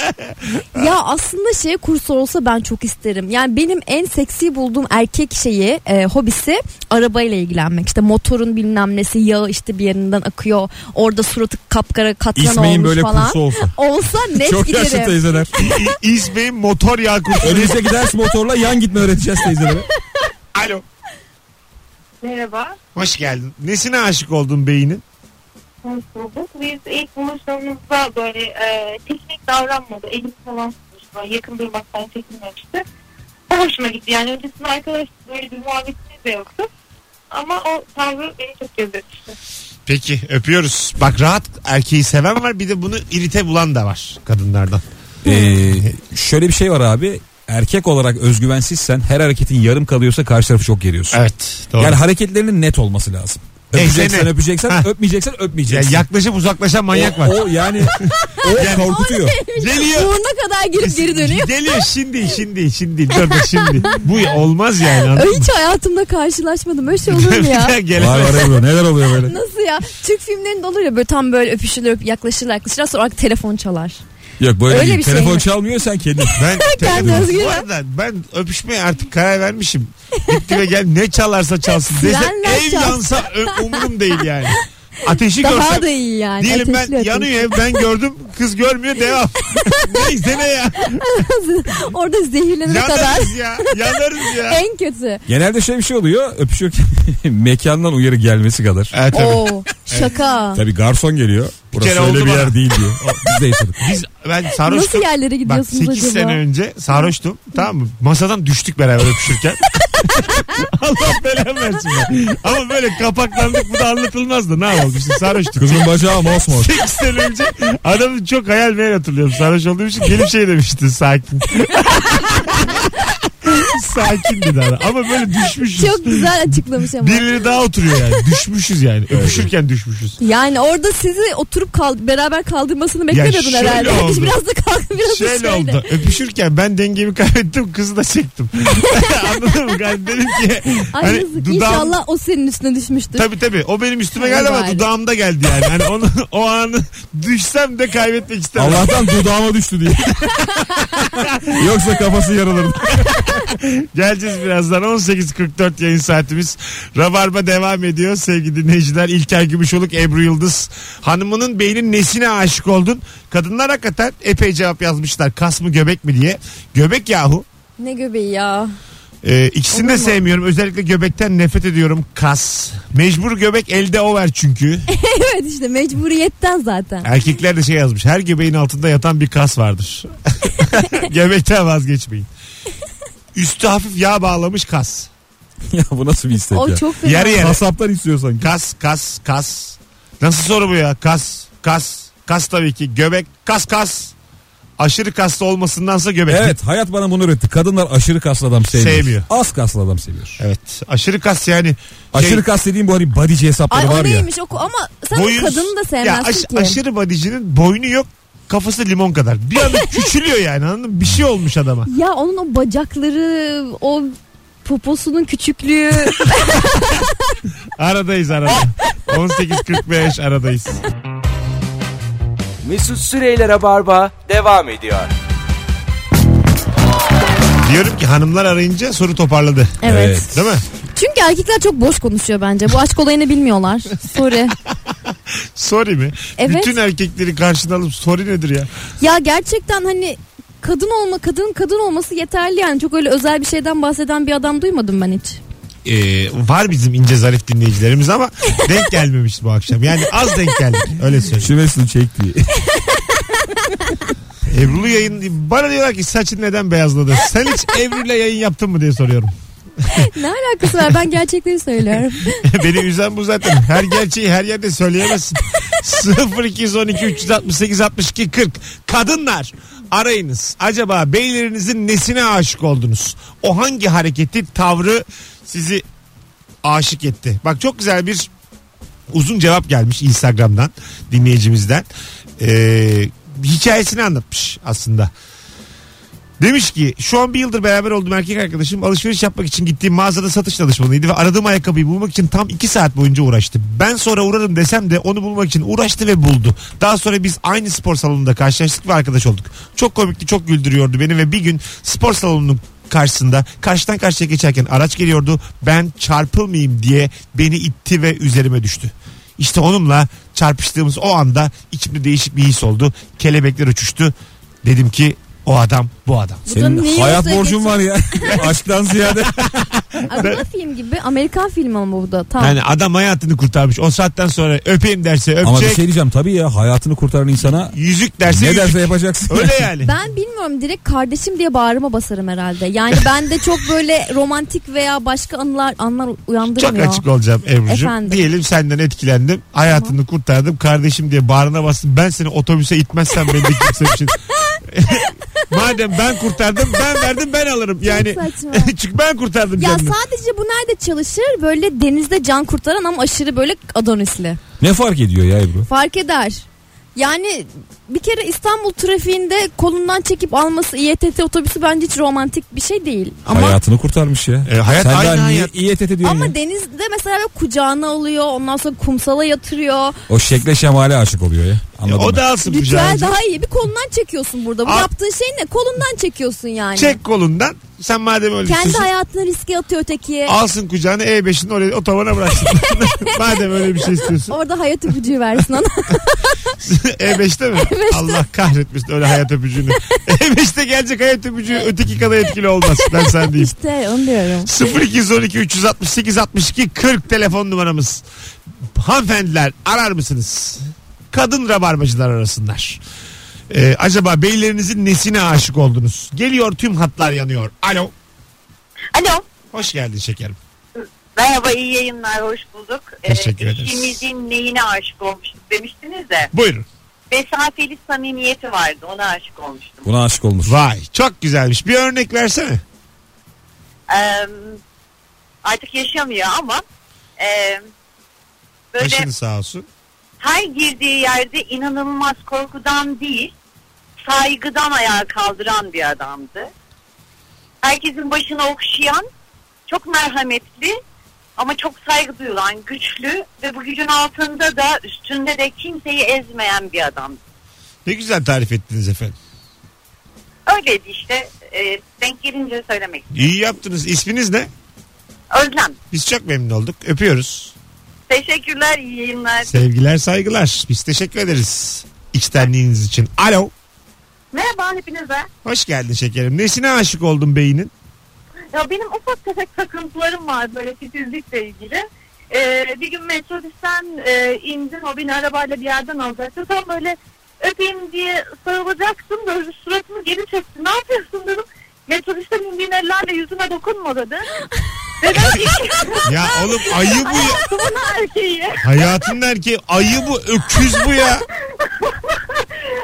[SPEAKER 4] Ya aslında şey kursu olsa ben çok isterim. Yani benim en seksi bulduğum erkek şeyi, e, hobisi arabayla ilgilenmek. İşte motorun bilmem nesi, yağı işte bir yerinden akıyor. Orada suratı kapkara katran
[SPEAKER 3] İsmail'in
[SPEAKER 4] olmuş
[SPEAKER 3] böyle
[SPEAKER 4] falan.
[SPEAKER 3] kursu olsa.
[SPEAKER 4] Olsa net
[SPEAKER 3] Çok yaşlı
[SPEAKER 4] giderim.
[SPEAKER 3] teyzeler.
[SPEAKER 2] İ- İzmir'in motor yağı kursu.
[SPEAKER 3] Önümüze gidersin motorla yan gitme öğreteceğiz teyzelere.
[SPEAKER 2] Alo.
[SPEAKER 9] Merhaba.
[SPEAKER 2] Hoş geldin. Nesine aşık oldun beynin?
[SPEAKER 9] Hoş bulduk. Biz ilk buluşmamızda böyle e, teknik davranmadı. Elim falan tutuştu. Yakın durmaktan çekinmemişti. O hoşuma gitti. Yani öncesinde arkadaş böyle bir muhabbetimiz de yoktu. Ama o tavrı beni çok cezbetmişti.
[SPEAKER 2] Peki öpüyoruz. Bak rahat erkeği seven var bir de bunu irite bulan da var kadınlardan.
[SPEAKER 3] Ee, şöyle bir şey var abi. Erkek olarak özgüvensizsen her hareketin yarım kalıyorsa karşı tarafı çok geriyorsun.
[SPEAKER 2] Evet doğru.
[SPEAKER 3] Yani hareketlerinin net olması lazım.
[SPEAKER 2] Neyse
[SPEAKER 3] Öpeceksen
[SPEAKER 2] ne?
[SPEAKER 3] öpeceksen,
[SPEAKER 2] Ha.
[SPEAKER 3] öpmeyeceksen
[SPEAKER 2] Yani
[SPEAKER 3] öpmeyeceksin.
[SPEAKER 2] yaklaşıp uzaklaşan manyak
[SPEAKER 3] o,
[SPEAKER 2] var.
[SPEAKER 3] o yani o korkutuyor.
[SPEAKER 2] Geliyor.
[SPEAKER 4] Uğruna kadar girip geri dönüyor.
[SPEAKER 2] Geliyor şimdi şimdi şimdi dur dur şimdi. Bu ya- olmaz yani anladın
[SPEAKER 4] Hiç hayatımda karşılaşmadım. Öyle şey olur
[SPEAKER 2] mı?
[SPEAKER 4] mu ya?
[SPEAKER 3] Var
[SPEAKER 2] Gelemez.
[SPEAKER 3] var Ebru, neler oluyor böyle.
[SPEAKER 4] Nasıl ya? Türk filmlerinde olur ya böyle tam böyle öpüşülür, öp- yaklaşırlar, yaklaşırlar sonra telefon çalar.
[SPEAKER 3] Yok böyle
[SPEAKER 4] Öyle
[SPEAKER 3] değil.
[SPEAKER 4] bir şey
[SPEAKER 3] Telefon
[SPEAKER 4] mi?
[SPEAKER 3] çalmıyor sen kendin.
[SPEAKER 2] Ben
[SPEAKER 4] Kendi özgüven.
[SPEAKER 2] Bu arada ben öpüşmeye artık karar vermişim. Gitti ve gel ne çalarsa çalsın dese
[SPEAKER 4] Sirenler
[SPEAKER 2] ev
[SPEAKER 4] çalsın.
[SPEAKER 2] yansa ö- umurum değil yani. Ateşi görsem
[SPEAKER 4] Daha da iyi yani.
[SPEAKER 2] diyelim ben
[SPEAKER 4] Ateşli ateşli.
[SPEAKER 2] yanıyor ev ben gördüm kız görmüyor devam. Neyse ne ya.
[SPEAKER 4] Orada zehirlenene kadar
[SPEAKER 2] Yanarız ya. Yanarız ya.
[SPEAKER 4] en kötü.
[SPEAKER 3] Genelde şey bir şey oluyor. Öpüşüyorken mekandan uyarı gelmesi kadar.
[SPEAKER 2] Evet, tabii.
[SPEAKER 4] Oo şaka.
[SPEAKER 3] Tabii garson geliyor. Burası
[SPEAKER 2] kere
[SPEAKER 3] öyle
[SPEAKER 2] oldu
[SPEAKER 3] bir
[SPEAKER 2] bana.
[SPEAKER 3] yer değil diyor. Biz de yaşadık.
[SPEAKER 2] Biz ben
[SPEAKER 4] Nasıl
[SPEAKER 2] sarhoştum.
[SPEAKER 4] yerlere
[SPEAKER 2] Bak
[SPEAKER 4] gidiyorsunuz
[SPEAKER 2] 8
[SPEAKER 4] acaba?
[SPEAKER 2] sene önce sarhoştum tamam mı? Masadan düştük beraber öpüşürken. Allah belamı versin. ya. Ama böyle kapaklandık bu da anlatılmazdı. Ne yapalım işte sarhoştuk.
[SPEAKER 3] Kızın bacağı mosmor.
[SPEAKER 2] 8 sene önce adamı çok hayal meyal hatırlıyorum. Sarhoş olduğum için gelip şey demişti sakin. sakin bir adam. Ama böyle düşmüşüz.
[SPEAKER 4] Çok güzel açıklamış ama.
[SPEAKER 2] Birileri daha oturuyor yani. Düşmüşüz yani. Öpüşürken düşmüşüz.
[SPEAKER 4] Yani orada sizi oturup kal beraber kaldırmasını beklemiyordun
[SPEAKER 2] şöyle
[SPEAKER 4] herhalde.
[SPEAKER 2] oldu.
[SPEAKER 4] biraz da kalk biraz da
[SPEAKER 2] Şöyle
[SPEAKER 4] şöyle.
[SPEAKER 2] Şey oldu. Öpüşürken ben dengemi kaybettim. Kızı da çektim. Anladın mı? Yani dedim ki
[SPEAKER 4] Ay
[SPEAKER 2] hani
[SPEAKER 4] yazık.
[SPEAKER 2] dudağım-
[SPEAKER 4] İnşallah o senin üstüne düşmüştür.
[SPEAKER 2] Tabii tabii. O benim üstüme
[SPEAKER 4] Ay
[SPEAKER 2] geldi ama
[SPEAKER 4] bari.
[SPEAKER 2] dudağımda geldi yani. Hani onu, o anı düşsem de kaybetmek istemem.
[SPEAKER 3] Allah'tan dudağıma düştü diye. Yoksa kafası yarılırdı.
[SPEAKER 2] Geleceğiz birazdan 18.44 yayın saatimiz. Rabarba devam ediyor sevgili dinleyiciler. İlker Gümüşoluk, Ebru Yıldız. Hanımının beynin nesine aşık oldun? Kadınlar hakikaten epey cevap yazmışlar. Kas mı göbek mi diye. Göbek yahu.
[SPEAKER 4] Ne göbeği ya.
[SPEAKER 2] Ee, ikisini de sevmiyorum. Özellikle göbekten nefret ediyorum. Kas. Mecbur göbek elde over çünkü.
[SPEAKER 4] Evet işte mecburiyetten zaten.
[SPEAKER 2] Erkekler de şey yazmış. Her göbeğin altında yatan bir kas vardır. Göbekten vazgeçmeyin. Üstü hafif yağ bağlamış kas.
[SPEAKER 3] ya bu nasıl bir istek
[SPEAKER 4] O
[SPEAKER 3] ya?
[SPEAKER 4] çok fena.
[SPEAKER 2] Yarı yarı.
[SPEAKER 3] Kasaplar istiyor sanki.
[SPEAKER 2] Kas kas kas. Nasıl soru bu ya? Kas kas. Kas tabii ki. Göbek kas kas. Aşırı kaslı olmasındansa göbek.
[SPEAKER 3] Evet hayat bana bunu öğretti. Kadınlar aşırı kaslı adam sevmiyor.
[SPEAKER 2] Sevmiyor. Şey-
[SPEAKER 3] Az kaslı adam seviyor.
[SPEAKER 2] Evet. Aşırı kas yani. şey,
[SPEAKER 3] Aşırı kas dediğim bu hani bodyci hesapları
[SPEAKER 4] Ay o
[SPEAKER 3] var ya.
[SPEAKER 4] neymiş o ko- ama sen o kadını da
[SPEAKER 2] ya
[SPEAKER 4] sevmezsin
[SPEAKER 2] aş-
[SPEAKER 4] ki.
[SPEAKER 2] aşırı bodycinin boynu yok. Kafası limon kadar. Bir anda küçülüyor yani anladın mı? Bir şey olmuş adama.
[SPEAKER 4] Ya onun o bacakları o poposunun küçüklüğü
[SPEAKER 2] Aradayız arada. 18.45 aradayız.
[SPEAKER 1] Mesut Süreyler'e barba devam ediyor.
[SPEAKER 2] Diyorum ki hanımlar arayınca soru toparladı.
[SPEAKER 4] evet.
[SPEAKER 2] Değil mi?
[SPEAKER 4] Çünkü erkekler çok boş konuşuyor bence. Bu aşk olayını bilmiyorlar. Sorry.
[SPEAKER 2] Sorry mi?
[SPEAKER 4] Evet.
[SPEAKER 2] Bütün erkekleri karşına alıp sorry nedir ya?
[SPEAKER 4] Ya gerçekten hani kadın olma kadın kadın olması yeterli yani çok öyle özel bir şeyden bahseden bir adam duymadım ben hiç.
[SPEAKER 2] Ee, var bizim ince zarif dinleyicilerimiz ama denk gelmemiş bu akşam. Yani az denk geldik. Öyle söyleyeyim.
[SPEAKER 3] Şivesini çekti.
[SPEAKER 2] Ebru'lu yayın bana diyorlar ki saçın neden beyazladı? Sen hiç Ebru'yla yayın yaptın mı diye soruyorum.
[SPEAKER 4] Ne alakası var ben gerçekleri söylüyorum.
[SPEAKER 2] Beni üzen bu zaten. Her gerçeği her yerde söyleyemezsin. 0212 368 62 40 kadınlar arayınız. Acaba beylerinizin nesine aşık oldunuz? O hangi hareketi, tavrı sizi aşık etti? Bak çok güzel bir uzun cevap gelmiş Instagram'dan dinleyicimizden. Ee, hikayesini anlatmış aslında. Demiş ki şu an bir yıldır beraber olduğum erkek arkadaşım alışveriş yapmak için gittiğim mağazada satış danışmanıydı ve aradığım ayakkabıyı bulmak için tam 2 saat boyunca uğraştı. Ben sonra uğrarım desem de onu bulmak için uğraştı ve buldu. Daha sonra biz aynı spor salonunda karşılaştık ve arkadaş olduk. Çok komikti çok güldürüyordu beni ve bir gün spor salonunun karşısında karşıdan karşıya geçerken araç geliyordu. Ben çarpılmayayım diye beni itti ve üzerime düştü. İşte onunla çarpıştığımız o anda içimde değişik bir his oldu. Kelebekler uçuştu. Dedim ki o adam bu adam.
[SPEAKER 4] Bunun
[SPEAKER 3] Senin
[SPEAKER 4] niye
[SPEAKER 3] hayat
[SPEAKER 4] yoksa
[SPEAKER 3] borcun var ya. Aşktan ziyade.
[SPEAKER 4] Ay, bu da film gibi Amerikan filmi ama bu da. Tamam.
[SPEAKER 2] Yani adam hayatını kurtarmış. O saatten sonra öpeyim derse öpecek.
[SPEAKER 3] Ama bir şey diyeceğim tabii ya hayatını kurtaran insana
[SPEAKER 2] Yüzük derse
[SPEAKER 3] ne
[SPEAKER 2] yüzük.
[SPEAKER 3] derse yapacaksın.
[SPEAKER 2] Öyle yani.
[SPEAKER 4] Ben bilmiyorum direkt kardeşim diye bağrıma basarım herhalde. Yani ben de çok böyle romantik veya başka anılar anlar
[SPEAKER 2] Çok
[SPEAKER 4] uyandırmıyor.
[SPEAKER 2] açık olacağım Ebru'cum.
[SPEAKER 4] Efendim?
[SPEAKER 2] Diyelim senden etkilendim. Hayatını kurtardım. Kardeşim diye bağrına bastım. Ben seni otobüse itmezsem beni de kimse için. Madem ben kurtardım ben verdim ben alırım. Yani
[SPEAKER 4] saçma.
[SPEAKER 2] çünkü ben kurtardım
[SPEAKER 4] Ya
[SPEAKER 2] canını.
[SPEAKER 4] sadece bu nerede çalışır? Böyle denizde can kurtaran ama aşırı böyle adonisli.
[SPEAKER 3] ne fark ediyor ya Ebru?
[SPEAKER 4] Fark eder. Yani bir kere İstanbul trafiğinde kolundan çekip alması İETT otobüsü bence hiç romantik bir şey değil. Ama
[SPEAKER 3] Hayatını kurtarmış ya.
[SPEAKER 2] E, hayat
[SPEAKER 3] Sen
[SPEAKER 2] aynı
[SPEAKER 3] daha niye
[SPEAKER 2] hayat.
[SPEAKER 3] iyi tet ediyorsun
[SPEAKER 4] ama
[SPEAKER 3] ya?
[SPEAKER 4] denizde mesela böyle kucağına alıyor ondan sonra kumsala yatırıyor.
[SPEAKER 3] O şekle şemale aşık oluyor ya. Anladım
[SPEAKER 2] E, o
[SPEAKER 3] ben.
[SPEAKER 2] da alsın
[SPEAKER 4] Ritüel
[SPEAKER 2] kucağına.
[SPEAKER 4] daha iyi. Bir kolundan çekiyorsun burada. Bu
[SPEAKER 2] Aa.
[SPEAKER 4] yaptığın şey ne? Kolundan çekiyorsun yani.
[SPEAKER 2] Çek kolundan. Sen madem öyle
[SPEAKER 4] Kendi
[SPEAKER 2] istiyorsun,
[SPEAKER 4] hayatını riske atıyor ötekiye.
[SPEAKER 2] alsın kucağına E5'in oraya otobana bıraksın. madem öyle bir şey istiyorsun.
[SPEAKER 4] Orada hayat öpücüğü versin ona.
[SPEAKER 2] E5'te E mi? Allah kahretmesin öyle hayat öpücüğünü. E5'te gelecek hayat öpücüğü öteki kadar etkili olmaz. Ben sen diyeyim.
[SPEAKER 4] işte onu diyorum.
[SPEAKER 2] 0212 368 62 40 telefon numaramız. Hanımefendiler arar mısınız? Kadın rabarbacılar arasınlar. Ee, acaba beylerinizin nesine aşık oldunuz? Geliyor tüm hatlar yanıyor. Alo.
[SPEAKER 9] Alo.
[SPEAKER 2] Hoş geldin şekerim.
[SPEAKER 9] Merhaba iyi yayınlar hoş bulduk.
[SPEAKER 2] Teşekkür ederiz.
[SPEAKER 9] Eşimizin neyine aşık olmuştuk demiştiniz de.
[SPEAKER 2] Buyurun.
[SPEAKER 9] Mesafeli samimiyeti vardı ona aşık olmuştum.
[SPEAKER 3] Buna aşık olmuş.
[SPEAKER 2] Vay çok güzelmiş. Bir örnek versene.
[SPEAKER 9] Eee, Ee, artık yaşamıyor ama eee, böyle
[SPEAKER 2] Başını sağ olsun.
[SPEAKER 9] her girdiği yerde inanılmaz korkudan değil saygıdan ayağa kaldıran bir adamdı. Herkesin başına okşayan, çok merhametli ama çok saygı duyulan, güçlü ve bu gücün altında da üstünde de kimseyi ezmeyen bir adamdı.
[SPEAKER 2] Ne güzel tarif ettiniz efendim.
[SPEAKER 9] Öyleydi işte. e, denk gelince söylemek.
[SPEAKER 2] İyi yaptınız. İsminiz ne?
[SPEAKER 9] Özlem.
[SPEAKER 2] Biz çok memnun olduk. Öpüyoruz.
[SPEAKER 9] Teşekkürler, iyi yayınlar.
[SPEAKER 2] Sevgiler saygılar. Biz teşekkür ederiz içtenliğiniz için. Alo.
[SPEAKER 9] Merhaba hepinize.
[SPEAKER 2] Hoş geldin şekerim. Nesine aşık oldun beynin?
[SPEAKER 9] Ya benim ufak tefek takıntılarım var böyle titizlikle ilgili. Ee, bir gün metrobüsten e, indim o beni arabayla bir yerden alacaktı. Tam böyle öpeyim diye sarılacaktım böyle suratımı geri çekti. Ne yapıyorsun dedim. Metrobüsten indiğin ellerle yüzüme dokunma dedi. Dedim ki
[SPEAKER 2] Ya oğlum ayı bu ya.
[SPEAKER 9] "Bunun erkeği.
[SPEAKER 2] Hayatın erkeği ayı bu öküz bu ya.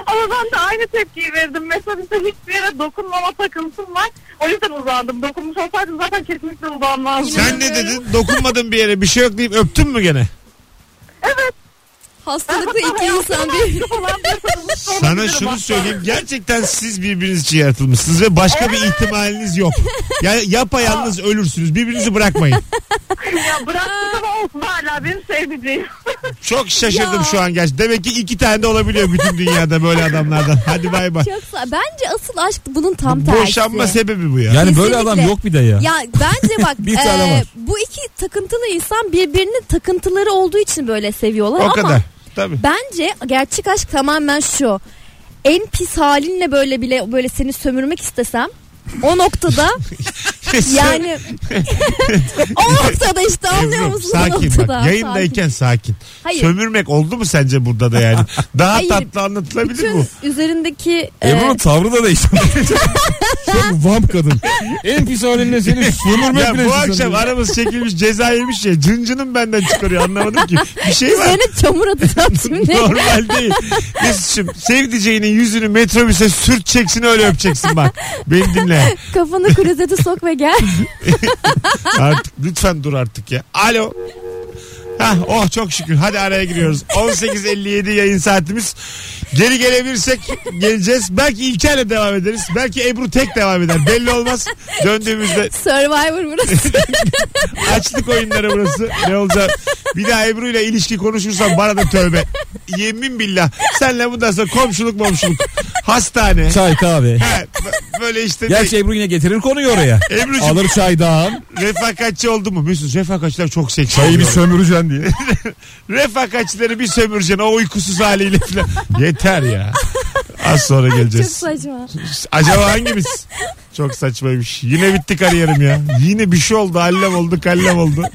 [SPEAKER 9] Ama ben de aynı tepkiyi verdim. Metrobüste hiçbir yere dokunmama takıntım var. O yüzden uzandım. Dokunmuş olsaydım zaten kesinlikle uzanmazdım.
[SPEAKER 2] Sen ne dedin? Dokunmadın bir yere bir şey yok deyip öptün mü gene?
[SPEAKER 4] Hastalıklı iki insan bir.
[SPEAKER 2] Sana şunu söyleyeyim. Gerçekten siz birbiriniz için yaratılmışsınız ve başka bir ihtimaliniz yok. Ya yapayalnız ölürsünüz. Birbirinizi bırakmayın.
[SPEAKER 9] Ya bıraktım ama olsun hala benim sevdiceğim.
[SPEAKER 2] Çok şaşırdım
[SPEAKER 4] Ya.
[SPEAKER 2] şu an gerçekten. Demek ki iki tane de olabiliyor bütün dünyada böyle adamlardan. Hadi bay bay.
[SPEAKER 4] Çok sa- Bence asıl aşk bunun tam tersi.
[SPEAKER 2] Boşanma sebebi bu ya.
[SPEAKER 3] Yani böyle
[SPEAKER 4] Kesinlikle.
[SPEAKER 3] adam yok bir de ya.
[SPEAKER 4] Ya bence bak
[SPEAKER 3] Bir tane
[SPEAKER 4] eee,
[SPEAKER 3] var.
[SPEAKER 4] bu iki takıntılı insan birbirinin takıntıları olduğu için böyle seviyorlar
[SPEAKER 2] O
[SPEAKER 4] ama
[SPEAKER 2] kadar. Tabii.
[SPEAKER 4] bence gerçek aşk tamamen şu. En pis halinle böyle bile böyle seni sömürmek istesem o noktada
[SPEAKER 2] Şey,
[SPEAKER 4] yani o noktada işte anlıyor
[SPEAKER 2] Ebru,
[SPEAKER 4] musunuz? o
[SPEAKER 2] Sakin
[SPEAKER 4] noktada?
[SPEAKER 2] bak yayındayken sakin.
[SPEAKER 4] Hayır.
[SPEAKER 2] Sömürmek oldu mu sence burada da yani? Daha
[SPEAKER 4] Hayır.
[SPEAKER 2] tatlı anlatılabilir
[SPEAKER 4] Sakin.
[SPEAKER 2] bu.
[SPEAKER 4] Bütün üzerindeki eee,
[SPEAKER 3] Ebru'nun tavrı da değişti. Çok vamp kadın. en pis halinle seni sömürmek
[SPEAKER 2] Ya
[SPEAKER 3] bile
[SPEAKER 2] bu
[SPEAKER 3] istiyor
[SPEAKER 2] akşam
[SPEAKER 3] sanırım.
[SPEAKER 2] aramız çekilmiş ceza yemiş ya. Cıncının benden çıkarıyor anlamadım ki. Bir şey var.
[SPEAKER 4] Üzerine çamur atacağım şimdi.
[SPEAKER 2] Normal değil. Mesut'cum sevdiceğinin yüzünü metrobüse sürteceksin öyle öpeceksin bak. Beni dinle.
[SPEAKER 4] Kafanı klozete sok ve gel.
[SPEAKER 2] Artık lütfen dur artık ya. Alo. Hah, oh çok şükür. Hadi araya giriyoruz. 18.57 yayın saatimiz. Geri gelebilirsek geleceğiz. Belki İlker'le devam ederiz. Belki Ebru tek devam eder. Belli olmaz. Döndüğümüzde
[SPEAKER 4] Survivor burası.
[SPEAKER 2] açlık oyunları burası. Ne olacak? Bir daha Ebru ile ilişki konuşursan bana da tövbe. Yemin billah. Senle bundan sonra komşuluk momşuluk. Hastane.
[SPEAKER 3] Çay kahve.
[SPEAKER 2] Ha, b- böyle işte
[SPEAKER 3] Gerçi Ebru yine getirir konuyu oraya.
[SPEAKER 2] Ebru'cum.
[SPEAKER 3] Alır çaydan.
[SPEAKER 2] refakatçi oldu mu? Mesut refakatçiler çok seksi.
[SPEAKER 3] Çayı bir
[SPEAKER 2] oluyor.
[SPEAKER 3] sömüreceksin diye.
[SPEAKER 2] Refakatçileri bir sömüreceksin o uykusuz haliyle falan. Yeter ya. Az sonra
[SPEAKER 4] Çok
[SPEAKER 2] geleceğiz.
[SPEAKER 4] saçma.
[SPEAKER 2] Acaba hangimiz? Çok saçmaymış. Yine bitti kariyerim ya. Yine bir şey oldu. Hallem oldu kallem oldu.